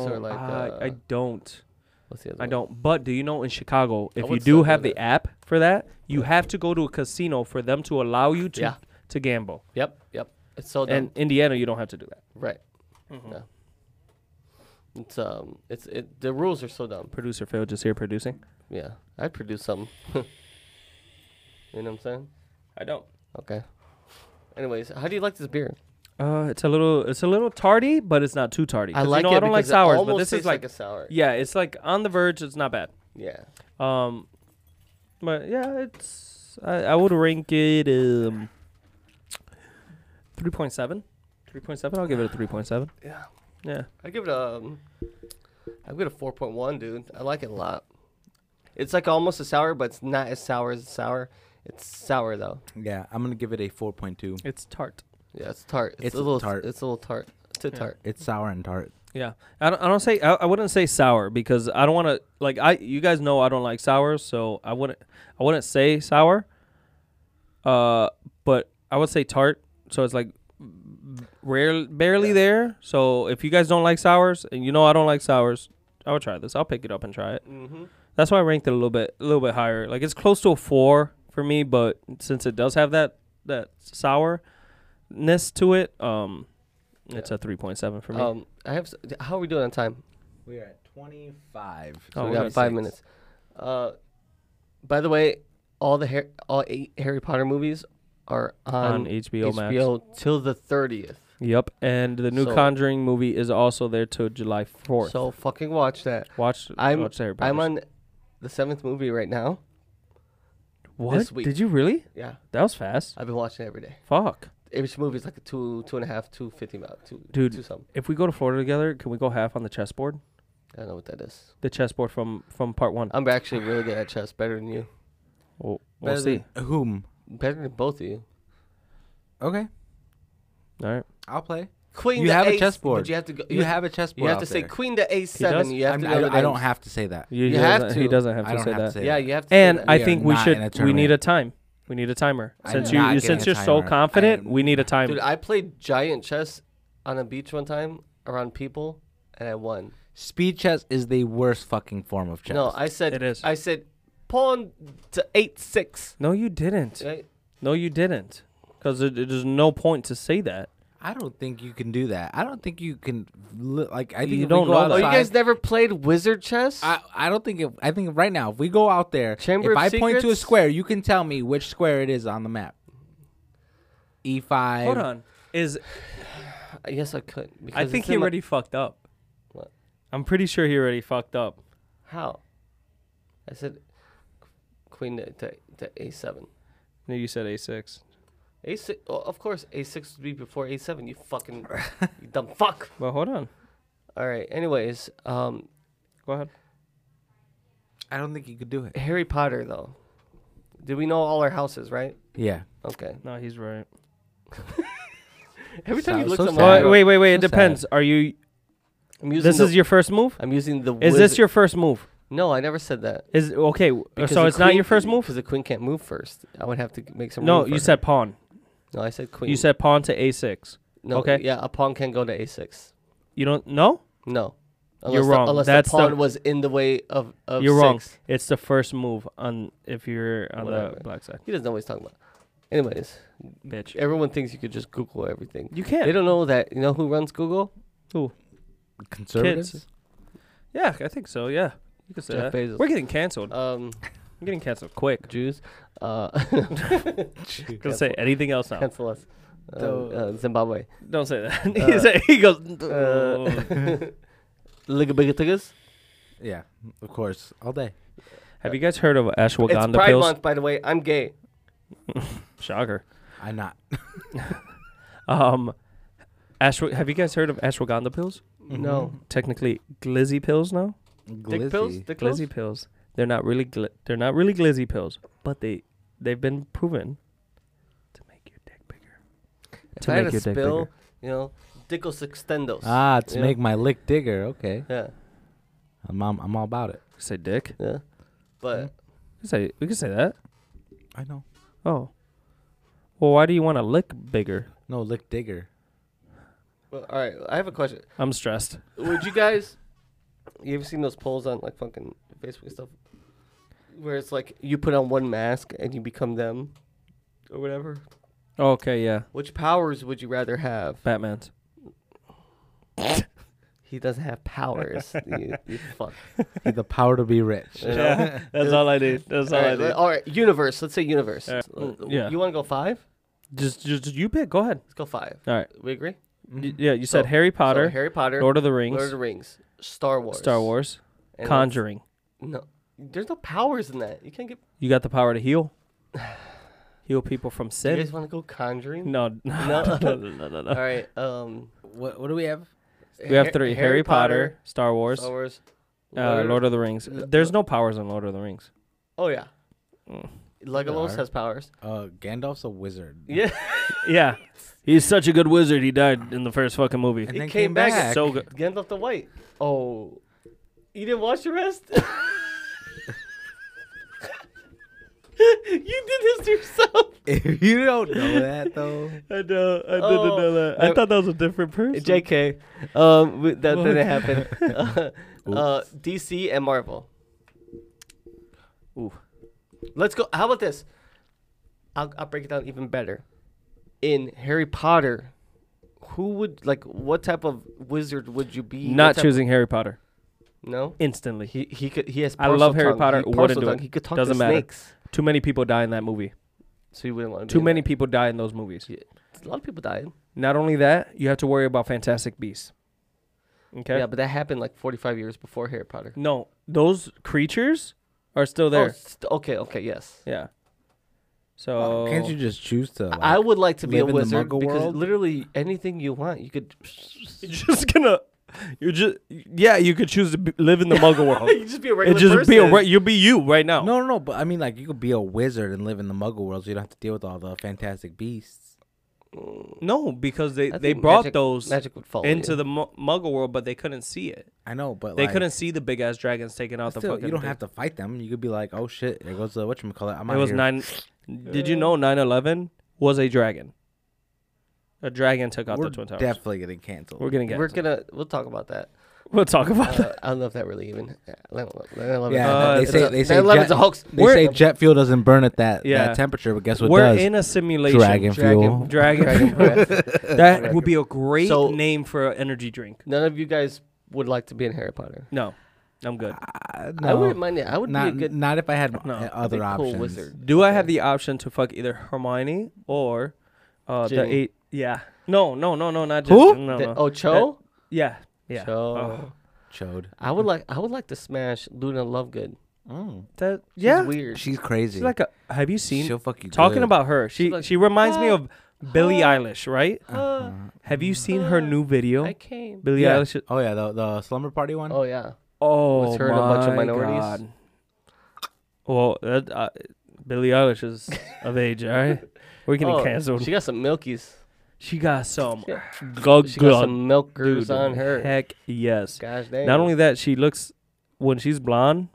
B: or like,
C: I, I
B: uh,
C: don't.
B: What's the other
C: I
B: one?
C: don't. But do you know in Chicago, if you
B: would
C: do
B: still
C: have
B: do
C: the
B: that.
C: app for that, you have to go to a casino for them to allow you to
B: Yeah.
C: to gamble.
B: Yep, yep. It's so dumb.
C: And Indiana, you don't have to do that.
B: right. Yeah. It's um, it's it. The rules are so dumb.
C: Producer Phil just here producing.
B: Yeah, I'd produce something. <laughs> you know what I'm saying?
C: I don't.
B: Okay. Anyways, how do you like this beer?
C: Uh, it's a little, it's a little tardy, but it's not too tardy. 'Cause you know, I don't like
B: because it
C: sours, but
B: almost
C: this is
B: tastes like,
C: like,
B: a sour.
C: yeah, it's like on the verge. It's not bad.
B: Yeah.
C: Um, but yeah, it's I, I would rank it um three point seven. 3.7 i'll give it a 3.7
B: Yeah.
C: yeah
B: I give it a, um, I give it a four point one, dude. I like it a lot. It's like almost a sour, but it's not as sour as a sour. It's sour though.
D: Yeah, I'm gonna give it a 4.2.
C: it's tart
B: Yeah, it's tart. It's,
D: It's
B: a little
D: tart.
B: It's a little tart. It's a tart.
D: It's sour and tart.
C: yeah i don't, I don't say I, I wouldn't say sour because i don't want to like i you guys know i don't like sours so i wouldn't i wouldn't say sour uh but i would say tart so it's like rare barely
B: Yeah.
C: there so if you guys don't like sours and you know i don't like sours i would try this i'll pick it up and try it
B: Mm-hmm.
C: That's why I ranked it a little bit, a little bit higher. Like it's close to a four for me, but since it does have that that sourness to it, um, it's
B: Yeah.
C: a three point seven for me.
B: Um, I have. s- How are we doing on time?
D: We are at 25.
C: Oh,
B: So we
C: we're
B: got five minutes. Uh, by the way, all the Har- all eight Harry Potter movies are
C: on
B: on,
C: HBO, Max.
B: HBO till the thirtieth.
C: Yep, and the new
B: So-
C: Conjuring movie is also there till July fourth.
B: So fucking watch that.
C: watch,
B: I'm-
C: watch Harry Potter.
B: I'm on the seventh movie right now.
C: what?
B: this week.
C: Did you really?
B: Yeah,
C: That was fast.
B: I've been watching it every day.
C: Fuck,
B: Each movie is like a two, two and a half, two fifty mile, two,
C: Dude.
B: two something.
C: if we go to Florida together, can we go half on the chessboard?
B: I don't know what that is.
C: The chessboard from from part one.
B: I'm actually really good at chess, better than you,
C: We'll, we'll
D: Better
C: see.
D: than whom?
B: better than both of you.
D: Okay,
C: All right.
D: I'll play.
B: Queen
D: You
B: to
D: have a
B: ace,
D: chessboard.
B: But you have to go.
D: You have a chessboard.
B: You have
D: out
B: to say
D: there.
B: queen to ace
C: does?
B: seven. You have
D: I'm-
B: to.
D: I,
B: know the
D: I don't
B: names.
D: have to say that.
C: You,
B: have
C: He
B: to.
C: doesn't have
D: I
C: to
D: don't
C: say
D: have
C: that.
D: to say
B: Yeah,
D: that.
B: you have to. say
C: And
B: that.
C: I
D: We are
C: think we
D: not in a
C: should. We need
D: tournament.
C: a time. We need a timer.
D: I
C: Since
D: am
C: you,
D: not
C: you
D: getting
C: since
D: a
C: you're so
D: timer.
C: confident,
D: I am-
C: we need a time.
B: Dude, I played giant chess on a beach one time around people, and I won.
D: Speed chess is the worst fucking form of chess.
B: No, I said
C: It is.
B: I said pawn to eight six.
C: no, you didn't.
B: Right?
C: No, you didn't. Because there's no point to say that.
D: I don't think you can do that. I don't think you can. li- Like, I think
C: You
D: if we
C: don't
D: go
C: know that.
B: Oh, you
D: outside-
B: guys never played wizard chess?
D: I, I don't think if I think right now if we go out there,
B: Chamber
D: if
B: of
D: I point to a
B: Secrets?
D: square, you can tell me which square it is on the map. E five.
C: Hold on. Is
B: yes, I could.
C: I
B: because
C: think
B: it's
C: he
B: in my-
C: already fucked up.
B: What?
C: I'm pretty sure he already fucked up.
B: How? I said queen to, to, to a7.
C: No, you said a6.
B: A6, oh, of course, a6 would be before a7. You fucking you dumb fuck.
C: But hold on.
B: All right. Anyways, um,
C: Go ahead.
D: I don't think you could do it.
B: Harry Potter though. Did we know all our houses, right?
D: Yeah.
B: Okay.
C: No, he's right.
B: Every time you
D: Sounds
B: look
D: so
B: something
D: sad.
B: up,
C: Well, wait, wait, wait. It
D: So sad.
C: depends. Are you?
B: I'm using
C: This
B: the,
C: is your first move.
B: I'm using the.
C: Is
B: wizard-
C: this your first move?
B: No, I never said that.
C: Is okay. w-
B: Because
C: So
B: the
C: it's not
B: queen-
C: your first move.
B: Because the queen can't move first. I would have to g- make some.
C: No,
B: room for
C: you
B: her.
C: said pawn.
B: No, I said queen.
C: You said pawn to a6.
B: no.
C: okay.
B: Yeah, a pawn can go to a6.
C: You don't know?
B: No, Unless
C: You're
B: the-
C: wrong.
B: unless
C: That's
B: the
C: the-
B: pawn was in the way of, of
C: You're wrong.
B: six.
C: It's the first move on if you're on
B: Whatever.
C: the black side,
B: He doesn't know what he's talking about. Anyways,
C: bitch.
B: everyone thinks you could just Google everything.
C: You can't.
B: They don't know that you know who runs Google?
D: Conservatives.
C: Kids. Yeah, I think so. Yeah, you could say
B: Jeff
C: that.
B: Bezos.
C: We're getting canceled.
B: Um,
C: I'm getting canceled quick.
B: Jews. Uh, <laughs>
C: Don't say anything else now.
B: cancel us. Uh, uh, Zimbabwe.
C: Don't say that. <laughs>
B: Uh,
C: he, say, he goes.
B: Uh,
C: <laughs>
B: Ligabigatigas.
D: Yeah, of course, all day.
C: Have you guys heard of
B: It's
C: ashwagandha
B: Pride
C: pills?
B: Month, by the way. I'm gay.
C: Shocker.
D: I'm not.
C: Um, ashwa- have you guys heard of ashwagandha pills?
B: No.
C: Technically, glizzy pills now.
B: Dick pills?
D: Mm-hmm. Glizzy.
B: Dick pills?
C: Glizzy pills. They're not really gli- they're not really glizzy pills, but they they've been proven to make your dick bigger.
B: If
C: to
B: I had a
C: make your dick
B: spill,
C: bigger.
B: you know, Dickos Extendos.
D: Ah, to
B: Yeah.
D: make my lick digger. Okay,
B: Yeah,
D: I'm, I'm I'm all about it.
C: say dick.
B: yeah. But
C: We can say we can say that.
D: I know.
C: Oh. Well, why do you want to lick bigger?
D: No lick digger.
B: well, all right, I have a question.
C: I'm stressed.
B: Would you guys? You ever seen those polls on like fucking Facebook and stuff, where it's like you put on one mask and you become them, or whatever?
C: Okay, yeah.
B: Which powers would you rather have?
C: Batman's.
B: He doesn't have powers. you, you fuck.
D: the power to
B: <laughs>
D: be rich.
B: You know?
C: <laughs> That's all I need. That's
B: all, right, all right, universe. Let's say universe.
C: All right,
B: So,
C: mm, yeah.
B: You want to go five?
C: Just, just just you pick. Go ahead.
B: Let's go five.
C: All right.
B: We agree.
C: Y-
D: Mm-hmm.
C: yeah, you said
B: So-
C: Harry
B: So
C: Potter,
B: Harry Potter,
C: Lord of the Rings,
B: Lord of the Rings, Star Wars,
C: Star Wars,
B: and let's-
C: Conjuring.
B: No, there's no powers in that. You can't get.
C: You got the power
B: <sighs>
C: to heal. heal people from
B: Do you
C: sin.
B: guys want to go <laughs> conjuring?
C: No, <laughs>
B: No.
C: no, no, no, no, no, no.
B: All right. Um,
D: What what do we have?
C: We have three: Harry, Potter, Star Wars,
B: Star Wars, uh,
C: uh, Lord of the Rings.
B: L-
C: There's no powers in Lord of
B: <laughs>
C: the Rings.
B: Oh yeah.
C: Mm.
B: Legolas
D: There
B: has powers. <laughs>
D: Uh, Gandalf's a wizard.
B: Yeah.
C: Yeah, he's such a good wizard. He died in the first fucking movie.
D: And
B: He
D: then
B: came
D: came
B: back
D: back.
B: and
D: <laughs>
C: So good.
B: Gandalf the White. Oh, you didn't watch the
C: <laughs>
B: rest. <laughs> you did this to yourself.
D: if you don't know that though,
C: I know. I
B: didn't know
C: that.
B: I thought
C: that was a different <laughs> person.
B: Jk. Um, we- that
C: What?
B: didn't
C: <laughs>
B: happen. uh, DC and Marvel.
C: Ooh.
B: Let's go. How about this? I'll, I'll break it down even better. In Harry Potter, who would like? What type of wizard would you be? What
C: Not
B: type-
C: choosing Harry Potter
B: No.
C: instantly.
B: He he could he has.
C: I
B: parcel
C: love Harry
B: tongue.
C: Potter.
B: He,
C: Wouldn't
B: parcel
C: do
B: tongue.
C: it.
B: He could talk
C: Doesn't
B: to
C: matter.
B: snakes.
C: Too many people die in that movie.
B: So you wouldn't want to.
C: Too many people die in those movies.
B: A lot of people died.
C: Not only that, you have to worry about Fantastic Beasts. Okay.
B: Yeah, but that happened like 45 years before Harry Potter.
C: No, those creatures are still
B: Oh,
C: there.
B: st- okay, okay, yes.
C: Yeah. So
D: can't
C: <laughs>
D: you just choose to? Like,
B: I would like to be a
D: live in the
B: wizard
D: Muggle
B: because
D: world?
B: literally anything you want, you could.
C: are just gonna you just yeah you could choose to be, live in the muggle
D: <laughs>
B: <laughs>
C: world.
B: you just be a
C: it
B: regular
C: just
B: person.
C: be a re- you be you right now.
D: No, no, no. But I mean, like, you could be a wizard and live in the Muggle world, so you don't have to deal with all the fantastic beasts.
C: no, because they
B: I
C: they
B: think
C: brought
B: magic-
C: those
B: magic would follow
C: into
B: you.
C: the mu- muggle world, but they couldn't see it.
D: I know, but
C: They
D: like,
C: couldn't see the big ass dragons taking out the
D: Still,
C: fucking.
D: you don't
C: thing.
D: have to fight them. You could be like, oh shit, there goes the whatchamacallit. I'm
C: It
D: out
C: was
D: here.
C: nine. Did you know 9-11 was a dragon? A dragon took out
D: We're
C: the twin towers.
D: definitely getting canceled.
C: We're gonna get.
B: We're gonna we'll talk about that.
C: we'll talk about that.
B: Uh, I don't know if that really even. I don't know- I don't know if
D: yeah,
B: that-
C: Uh,
D: they
B: it's
D: say
B: a-
D: they say
B: 9/11's
D: jet,
B: a hoax.
D: They
C: We're-
D: say jet fuel doesn't burn at that,
C: Yeah.
D: that temperature, but guess what
C: We're
D: does?
C: in a simulation.
D: Dragon, fuel.
B: Dragon-
C: Dragon.
B: Dragon breath.
C: That would be a great
B: So-
C: name for an energy drink.
B: None of you guys would like to be in Harry Potter.
C: No, I'm good.
D: Uh,
B: I
D: no.
B: wouldn't mind it. I would
D: not,
B: be a good
D: not if I had
C: No.
D: uh,
B: I'd be
D: other
B: a
D: options.
B: cool wizard.
C: Do I have the option to fuck either Hermione or uh, the
B: Ginny.
C: eight? Yeah. No, no, no, no, not
D: Who?
C: Ginny. No,
B: The-
C: no.
B: oh, Cho.
C: Yeah, yeah.
B: Cho.
C: Oh,
D: Chode.
B: I would like. I would like to smash Luna Lovegood.
C: that,
B: She's
C: yeah.
B: Weird.
D: She's crazy.
C: Mm. She's like a. Have you seen?
D: She'll fuck you.
C: Talking
D: good.
C: about her, she
B: like,
C: she reminds me
B: "Ah,
C: of Billie
B: ah,
C: Eilish, right?
D: Uh-huh.
B: Uh,
C: Have you seen her new video?
B: I came.
C: Billie
D: Yeah.
C: Eilish.
D: Oh yeah, the the slumber party one.
B: Oh yeah.
C: Oh,
B: her and a bunch of
C: my
B: minorities?
C: God. Well, that, uh, Billie Eilish is of age, all right? <laughs> We're getting
B: oh,
C: canceled. Oh,
B: She
C: She,
B: got some milkies.
C: got some.
B: Yeah.
C: Gug
B: She got some milkers on her.
C: Heck yes.
B: Gosh dang.
C: Not only that, she looks, when she's blonde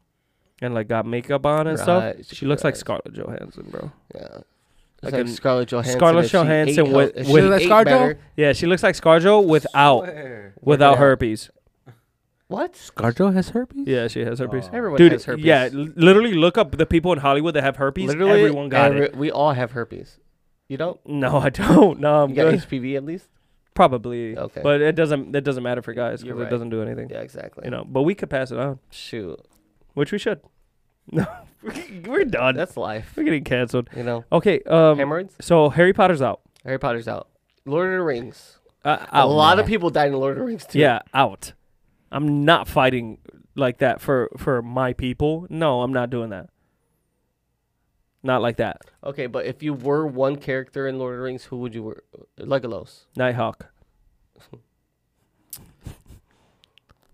C: and like got makeup on and stuff,
B: Right,
C: she looks like
B: right.
C: Scarlett Johansson, bro.
B: Yeah.
C: Like
B: Like,
C: an-
B: like Scarlett Johansson.
C: Scarlett
B: if she ate
C: Johansson
B: hel-
C: with-
B: if she
C: with-
B: ate
D: Scarjo?
B: better-
C: Yeah, she looks like ScarJo without
D: Swear.
C: without
B: out.
C: herpes.
B: What?
D: ScarJo has herpes.
C: Yeah, she has herpes.
D: Oh.
B: Everyone
C: Dude,
B: has herpes.
C: yeah, l- literally look up the people in Hollywood that have herpes.
B: literally
C: Everyone got
B: every-
C: it.
B: We all have herpes. You don't?
C: No, I don't. <laughs> No, I'm
B: You got
C: good.
B: HPV at
C: <laughs>
B: least?
C: Probably.
B: Okay.
C: But it doesn't it doesn't matter for guys
B: You're
C: because
B: right.
C: it doesn't do anything.
B: yeah, exactly.
C: You know, but we could pass it on,
B: Shoot,
C: which we should. No, <laughs> we're done.
B: that's life.
C: we're getting canceled.
B: You know,
C: Okay. Um.
B: hemorrhoids.
C: So Harry Potter's out.
B: Harry Potter's out. Lord of the Rings.
C: Uh,
B: a
C: out
B: lot
C: now.
B: of people died in Lord of the Rings too.
C: <laughs> Yeah, out. I'm not fighting like that for for my people. No, I'm not doing that. Not like that.
B: Okay, but if you were one character in Lord of the Rings, who would you were? Legolas.
C: Nighthawk.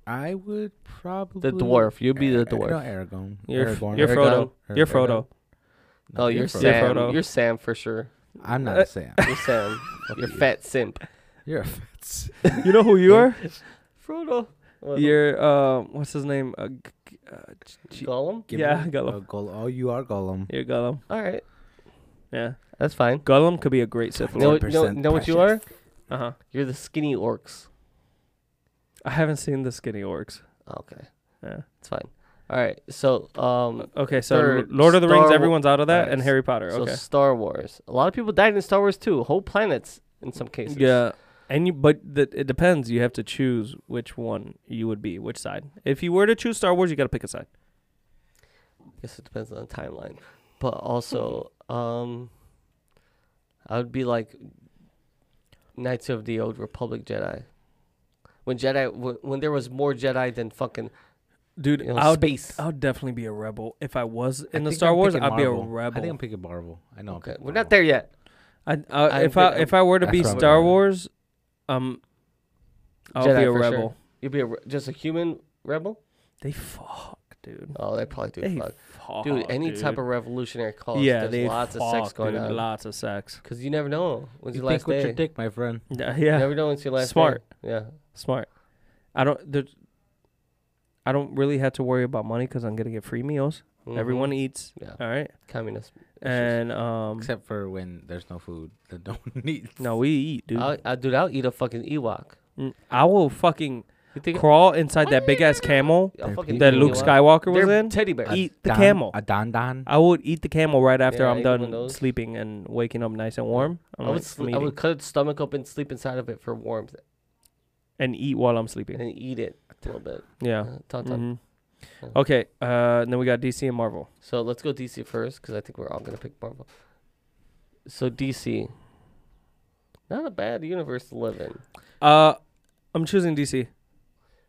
D: I would probably
B: The dwarf. You'd be the
D: Ar- Eh, No,
B: dwarf.
D: Aragorn.
C: You're f-
D: Aragorn.
C: you're
D: Aragorn.
C: Frodo.
D: Aragorn.
C: You're Frodo.
D: No,
B: Oh, you're
D: Frodo.
B: Sam.
C: Frodo.
B: You're Sam for sure.
D: I'm not a Sam.
B: You're Sam. <laughs>
D: Fuck
B: You're
D: you.
B: fat simp.
D: You're a fat.
C: <laughs> You know who you are?
B: <laughs> Frodo. What,
C: You're um. What's his name? Uh, g- g- uh, G-
B: Gollum.
C: Yeah, Gollum.
D: Oh, Gollum. Oh, you are Gollum.
C: you're Gollum.
B: All right,
C: Yeah,
B: that's fine.
C: Gollum could be a great Sith
B: Know,
C: Lord.
B: what- know,
D: 100%
B: know what you are?
D: precious.
C: Uh huh.
B: You're the skinny orcs.
C: I haven't seen the skinny orcs.
B: Okay,
C: Yeah.
B: it's fine. All right, so um,
C: Okay, so
B: Third,
C: Lord of the
B: Star
C: Rings,
B: Wa-
C: everyone's out of that,
B: Alright,
C: and
B: s-
C: Harry Potter.
B: so
C: Okay.
B: Star Wars. A lot of people died in Star Wars too. Whole planets in some cases.
C: Yeah, and you but the, it depends. You have to choose which one you would be, which side. If you were to choose Star Wars, you got to pick a side.
B: guess it depends on the timeline. But also, <laughs> um, I would be like Knights of the Old Republic Jedi. When Jedi, when, when there was more Jedi than fucking
C: Dude,
B: you know,
C: I would
B: space.
C: I would definitely be a rebel if I was
D: I
C: in the
D: think
C: Star
D: I'm
C: Wars. I'd
D: picking
C: be a
D: Marvel. I think I'm
C: rebel.
D: picking Marvel. I know. I'm
B: okay,
D: picking
B: we're
D: Marvel.
B: not there yet.
C: I, I,
B: I'm
C: if I
B: pick-
C: if I were to
D: That's
C: be
D: what I'm
C: Star
D: going with.
C: Wars, um, I'll
B: Jedi
C: be
B: for
C: a
B: sure.
C: rebel.
B: You'd be a, re- just a human rebel.
C: They fuck, dude.
B: Oh, they probably do.
C: They
B: fuck.
C: fuck,
B: Dude, any type
C: dude.
B: of revolutionary cause,
C: yeah,
B: there's
C: they
B: lots
C: fuck,
B: of sex going
C: dude,
B: on.
C: Lots of sex.
B: Cause you never know when's
D: You
B: your last
D: think with
B: day.
D: your dick, my friend.
C: Yeah,
B: You
C: yeah.
B: never know when's your last
C: Smart.
B: day. Yeah,
C: smart. I don't. There's, I don't really have to worry about money because I'm gonna get free meals.
B: Mhm.
C: Everyone eats.
B: Yeah,
C: All right.
B: communist.
C: And um,
D: Except for when there's no food, that <laughs> don't need.
C: no, we eat, dude.
B: I, I, dude, I'll eat a fucking Ewok.
C: Mm, I will fucking
B: You think
C: crawl inside that big ass camel
B: I'll
D: They're
B: fucking
D: people.
B: eat
C: that
B: an
C: Luke
B: Ewok.
C: Skywalker was
B: They're
C: in.
B: Teddy bear.
C: Uh,
D: A
C: Eat the
D: don-
C: camel.
D: A don don.
B: Uh,
C: I would eat the camel right after
B: Yeah, I
C: I'm
B: eat one of
C: done
B: those.
C: sleeping and waking up nice and warm. I'm
B: I would,
C: like,
B: sl-
C: I'm
B: I
C: eating.
B: would cut its stomach open, sleep inside of it for warmth,
C: and eat while I'm
B: and
C: sleeping.
B: then eat it a little bit.
C: Yeah.
B: Uh, ton, ton.
C: Mhm.
B: Yeah.
C: Okay. Uh, and then we got DC and Marvel.
B: So let's go DC first, because I think we're all gonna pick Marvel. So DC, not a bad universe to live in.
C: Uh, I'm choosing DC.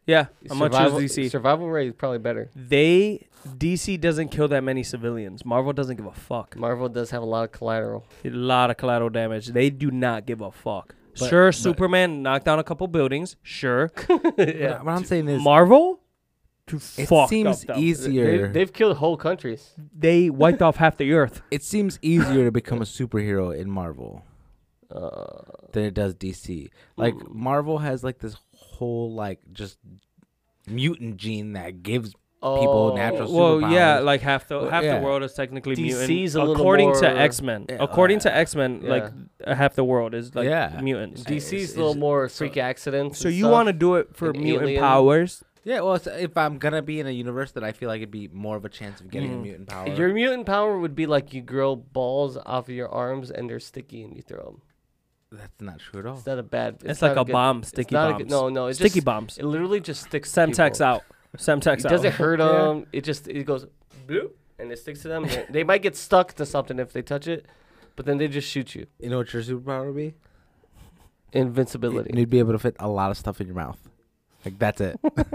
C: Yeah, I'm
B: Survival-
C: gonna choose DC.
B: Survival rate is probably better.
C: They DC doesn't kill that many civilians. Marvel doesn't give a fuck.
B: Marvel does have a lot of collateral.
C: A lot of collateral damage. They do not give a fuck.
D: But-
C: sure,
D: but-
C: Superman knocked down a couple buildings. <laughs> Sure,
D: What I- What I'm saying is,
C: Marvel to
D: it
C: fuck
D: seems
C: up the-
D: easier.
B: They, have killed whole countries.
C: e-, They wiped off half the earth.
D: it seems easier to become a superhero in Marvel
B: Uh,
D: than it does DC. Like
B: Mm.
D: Marvel has like this whole like just mutant gene that gives
B: oh,
D: <laughs> natural-
C: Well, yeah,
D: superpowers.
C: like half the
D: Well,
C: half
D: yeah.
C: the world is technically
B: DC's
C: mutant.
B: a little
C: according to
B: more-
C: X Men,
D: Yeah,
C: according
D: yeah.
C: to X Men, like uh, half the world is like
D: Yeah.
C: mutants.
B: DC's
D: It's-
B: a little
D: it's-
B: more freak accidents.
C: So you want to do it for
B: And
C: mutant
B: alien.
C: powers?
D: yeah. Well, it's, if I'm gonna be in a universe that I feel like it'd be more of a chance of getting a
C: Mm.
D: mutant power.
B: Your mutant power would be like you grow balls off of your arms and they're sticky and you throw them.
D: That's not true at all.
B: It's not a bad.
C: Oh. It's, like
B: not
C: a,
B: good-
C: bomb,
B: it's
C: sticky
B: not a
C: bombs.
B: good- no, no, it
C: sticky
B: just
C: bombs.
B: it literally just sticks. to
C: Semtex
B: people.
C: out. Semtex
B: It
C: out.
B: doesn't hurt
C: Yeah.
B: them. It just it goes bloop and it sticks to them. They- they might get stuck to something if they touch it, but then they just shoot you.
D: You know what your superpower would be?
B: Invincibility.
D: And you'd be able to fit a lot of stuff in your mouth. Like that's
B: <laughs>
D: it.
C: <laughs>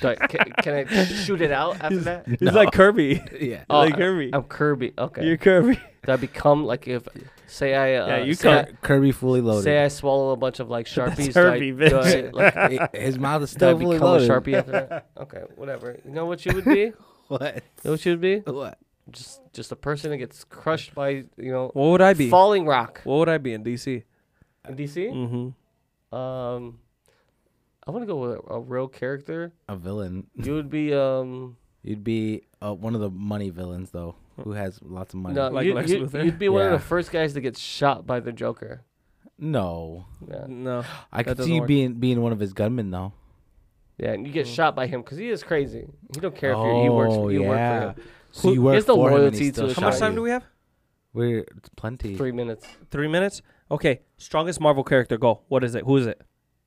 B: Do I- can, can I shoot it out after that?
C: It's like <laughs> Kirby.
D: <laughs> yeah.
B: Oh,
C: like Kirby.
B: I'm Kirby. Okay.
C: You're Kirby.
B: Do I become like if say I uh,
C: Yeah, you
B: say, I-
C: can't-
D: Kirby fully loaded.
B: say I swallow a bunch of like sharpies. do I-
C: Kirby,
B: do I,
D: <laughs>
C: bitch.
B: like,
D: I- His
B: <laughs>
D: mouth is
B: Do I
D: still fully
B: become a
D: loaded.
B: sharpie after that? <laughs> Okay, whatever. You know what you would be? You
D: <laughs> What?
B: know what you would be?
D: What?
B: Just just a person that gets crushed by you know
C: <laughs> What would I be?
B: falling rock.
C: What would I be in DC?
B: In DC,
C: Mm-hmm.
B: um, I want to go with a, a real character.
D: A villain.
B: You would be um
D: You'd be uh, one of the money villains though, who has lots of money.
B: no
C: Like
B: you,
C: Lex
B: you,
C: Luthor?
B: would be one of the
D: Yeah.
B: first guys that gets shot by the Joker.
D: No.
B: Yeah.
C: No.
D: I
C: That
D: could
C: doesn't
D: see you
C: work.
D: being being one of his gunmen though.
B: Yeah, and you get shot by him because he is crazy. He don't care if you're, he works.
C: Oh,
B: For, you work for him.
D: Oh, So you
B: Who-
D: work
B: is the
D: for him and
B: loyalty
D: he
B: to
D: still
B: a
D: shot
B: How
C: How much time
D: you.
C: do we have?
D: We're it's plenty.
B: Three minutes.
C: Three minutes. Okay. Strongest Marvel character. Go. What is it? Who is it?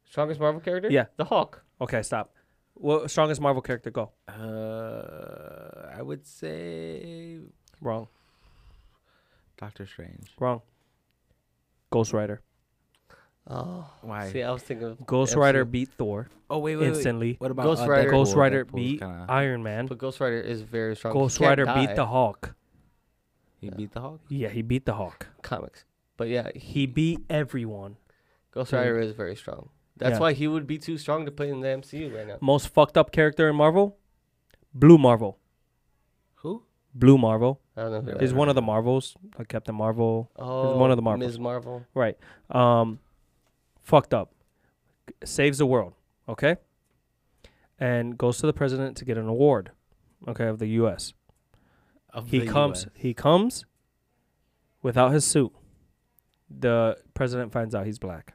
B: Strongest Marvel character?
C: Yeah.
B: the Hulk.
C: Okay. Stop. What strongest Marvel character? Go.
D: Uh, I would say
C: Wrong.
D: Doctor Strange.
C: Wrong. Ghost Rider.
B: Oh,
D: Why?
B: see, I was thinking of
C: Ghost
B: Absolute-
C: Rider beat Thor
D: oh wait, wait, wait.
C: instantly.
D: What about
B: Ghost
D: uh,
B: Rider.
C: Ghost
D: Deadpool?
C: Rider
D: Deadpool's
C: beat
D: kinda-
C: Iron Man.
B: But Ghost Rider is very strong. He
C: Ghost
B: can't
C: Rider
B: die.
C: beat the Hulk.
D: He beat the Hulk.
C: Yeah, he beat the Hulk.
B: comics. But yeah,
C: He beat everyone.
B: Ghost
C: Dude.
B: Rider is very strong. That's
C: Yeah.
B: why he would be too strong to play in the MCU right now.
C: Most fucked up character in Marvel? Blue Marvel.
D: Who?
C: Blue Marvel
B: I don't know. Who that
C: is one of the Marvels, like Captain Marvel.
B: Oh,
C: one of the Marvels.
B: Ms. Marvel.
C: Right. Um, fucked up. Saves the world. Okay. And goes to the president to get an award. Okay, of the U.S.
D: Of
C: He
D: the
C: comes.
D: US.
C: He comes without his suit. The president finds out he's black.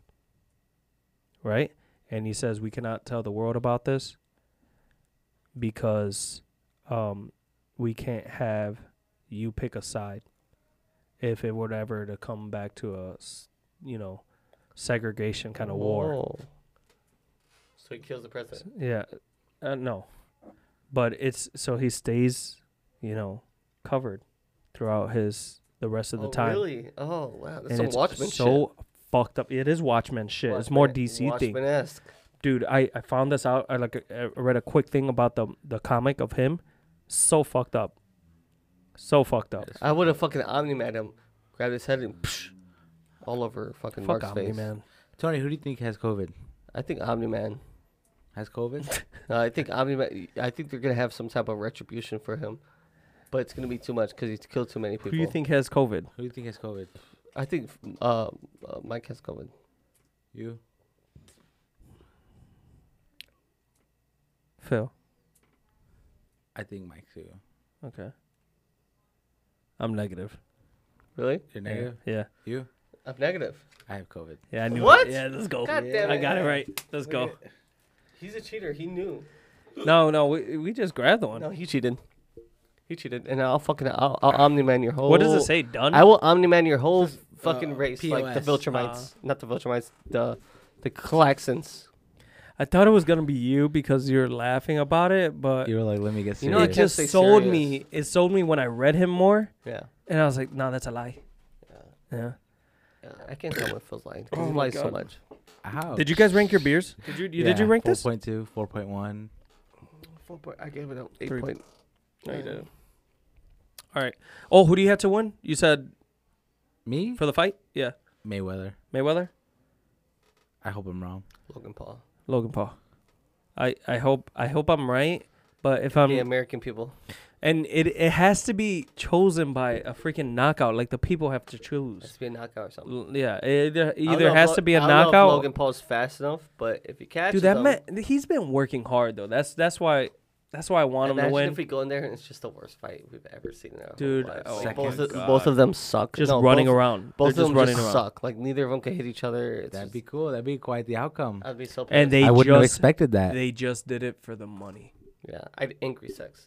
C: Right? And he says we cannot tell the world about this because um we can't have you pick a side if it were ever to come back to a s- you know segregation kind of war.
B: Whoa. Oh. So he kills the president.
C: Yeah. Uh, no. But it's so he stays, you know, covered throughout his the rest of the
B: oh,
C: time.
B: Really? Oh wow, that's
C: and
B: some
C: it's
B: Watchmen
C: so fucked up. It is Watchmen shit.
B: shit.
C: It's more
B: Watchmen-
C: DC thing.
B: Watchmen-esque.
C: Dude, I, I found this out. I like I read a quick thing about the the comic of him. So fucked up. So fucked up.
B: I would have fucking omni at him, grabbed his head and psh, all over fucking
C: Fuck
B: Mark's
C: Omni
B: face.
C: Man.
D: Tony, who do you think has COVID?
B: I think Omni Man.
D: Has COVID?
B: No, I think Omni Man. I think they're gonna have some type of retribution for him, but it's gonna be too much because he's killed too many people.
C: Who do you think has COVID?
D: who do you think has COVID?
B: I think uh, uh, Mike has COVID.
D: You?
C: Phil.
D: I think Mike too.
C: Okay. I'm negative.
B: Really?
C: Yeah.
D: You're negative.
C: Yeah.
D: You?
B: I'm negative.
D: I have COVID.
C: Yeah, I knew it.
B: What?
C: Yeah, let's go.
B: God damn
C: I
B: it.
C: got it right. Let's go.
B: He's a cheater. He knew.
C: No, no, we, we just grabbed the one.
B: No, he cheated. He cheated, and I'll fucking I'll, I'll Omni Man your whole.
C: what does it say? Done?
B: I will Omni Man your whole fucking
D: uh,
B: race, like the
D: POS.
B: Viltrumites, not the Viltrumites, the the Claxons.
C: I thought it was gonna be you because you're laughing about it, but
D: You were like, let me get
B: Uh, You
D: serious.
B: know, I
C: it
B: can't
C: just
B: stay
C: sold
B: serious.
C: me. It sold me when I read him more,
B: Yeah.
C: and I was like, "No, that's a lie." Yeah.
B: Yeah, I can't tell what feels like. 'cause
C: Oh
B: he
C: my
B: lies so
C: God.
B: much.
D: How?
C: Did you guys rank your beers? Did you, you did you rank this?
D: 4.2, 4.1.
B: Four point. I gave it up. Eight
C: Three.
B: point.
C: No, you didn't. All right. Oh, who do you have to win? You said
D: Me?
C: for the fight? Yeah,
D: Mayweather.
C: Mayweather,
D: I hope I'm wrong.
B: Logan Paul.
C: Logan Paul. I I hope I hope I'm right, but if I'm
B: the American people.
C: and it it has to be chosen by a freaking knockout. Like the people have to
B: Has
C: choose.
B: to be a knockout or something.
C: L- Yeah, it either,
B: I don't know
C: either
B: if
C: has
B: Lo-
C: to be a
B: I don't know if
C: knockout.
B: Logan Paul's fast enough, but if he catches
C: Dude, that
B: him,
C: man, he's been working hard though. That's that's why that's why I want him
B: imagine
C: to win.
B: if we go in there and it's just the worst fight we've ever seen in our whole
C: Dude,
B: lives.
C: oh
B: Like,
C: my
B: both, of,
C: God.
B: both of them suck.
C: just
B: No,
C: running
B: both,
C: around.
B: Both
C: Both
B: of
C: just
B: them
C: running
B: just
C: around.
B: suck. Like neither of them could hit each other. It's
D: That'd
B: just,
D: be cool. That'd be quite the outcome.
B: I'd be so. Pissed.
C: And they
D: I wouldn't
C: just
D: have expected that.
C: they just did it for the money.
B: yeah, I'd angry sex.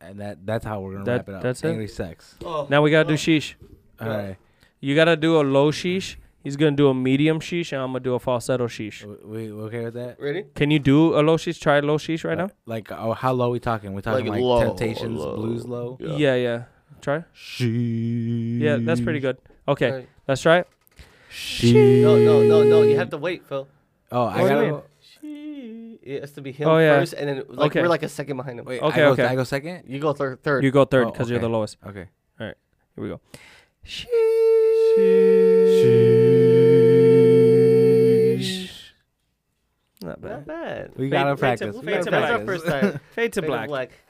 D: and that that's how we're gonna
C: That-
D: wrap it up.
C: that's it?
D: Angry sex.
B: Oh,
C: Now we gotta do sheesh.
D: All right,
C: You gotta do a low sheesh. He's gonna do a medium sheesh, and I'm gonna do a falsetto sheesh.
D: W- we, we okay with that?
B: ready?
C: Can you do a low sheesh? Try a low sheesh right now.
D: Like, oh, how low we talking? We talking like,
B: Like low,
D: Temptations,
B: low.
D: blues low.
B: Yeah.
C: Yeah, yeah. Try.
D: She.
C: Yeah, that's pretty good. Okay,
B: Alright.
C: let's try it.
D: She.
B: No, no, no, no. You have to wait, Phil.
D: Oh, I
C: What do you
D: gotta.
C: mean?
B: She. It has to be him
C: Oh, yeah.
B: first, and then like
C: Okay.
B: we're like a second behind him.
D: Wait,
C: Okay,
D: I go,
C: okay.
D: I go second.
B: You go thir- third.
C: You go third
D: Oh,
C: because you're the
D: okay.
C: lowest.
D: Okay.
C: Here we go. She. Not bad.
B: Not bad.
D: We
B: Fade-
D: gotta
B: fade to-
D: practice.
B: fade
D: We gotta
B: to black.
D: practice.
B: That's our first time.
C: Fade <laughs> to
B: Fade
C: black.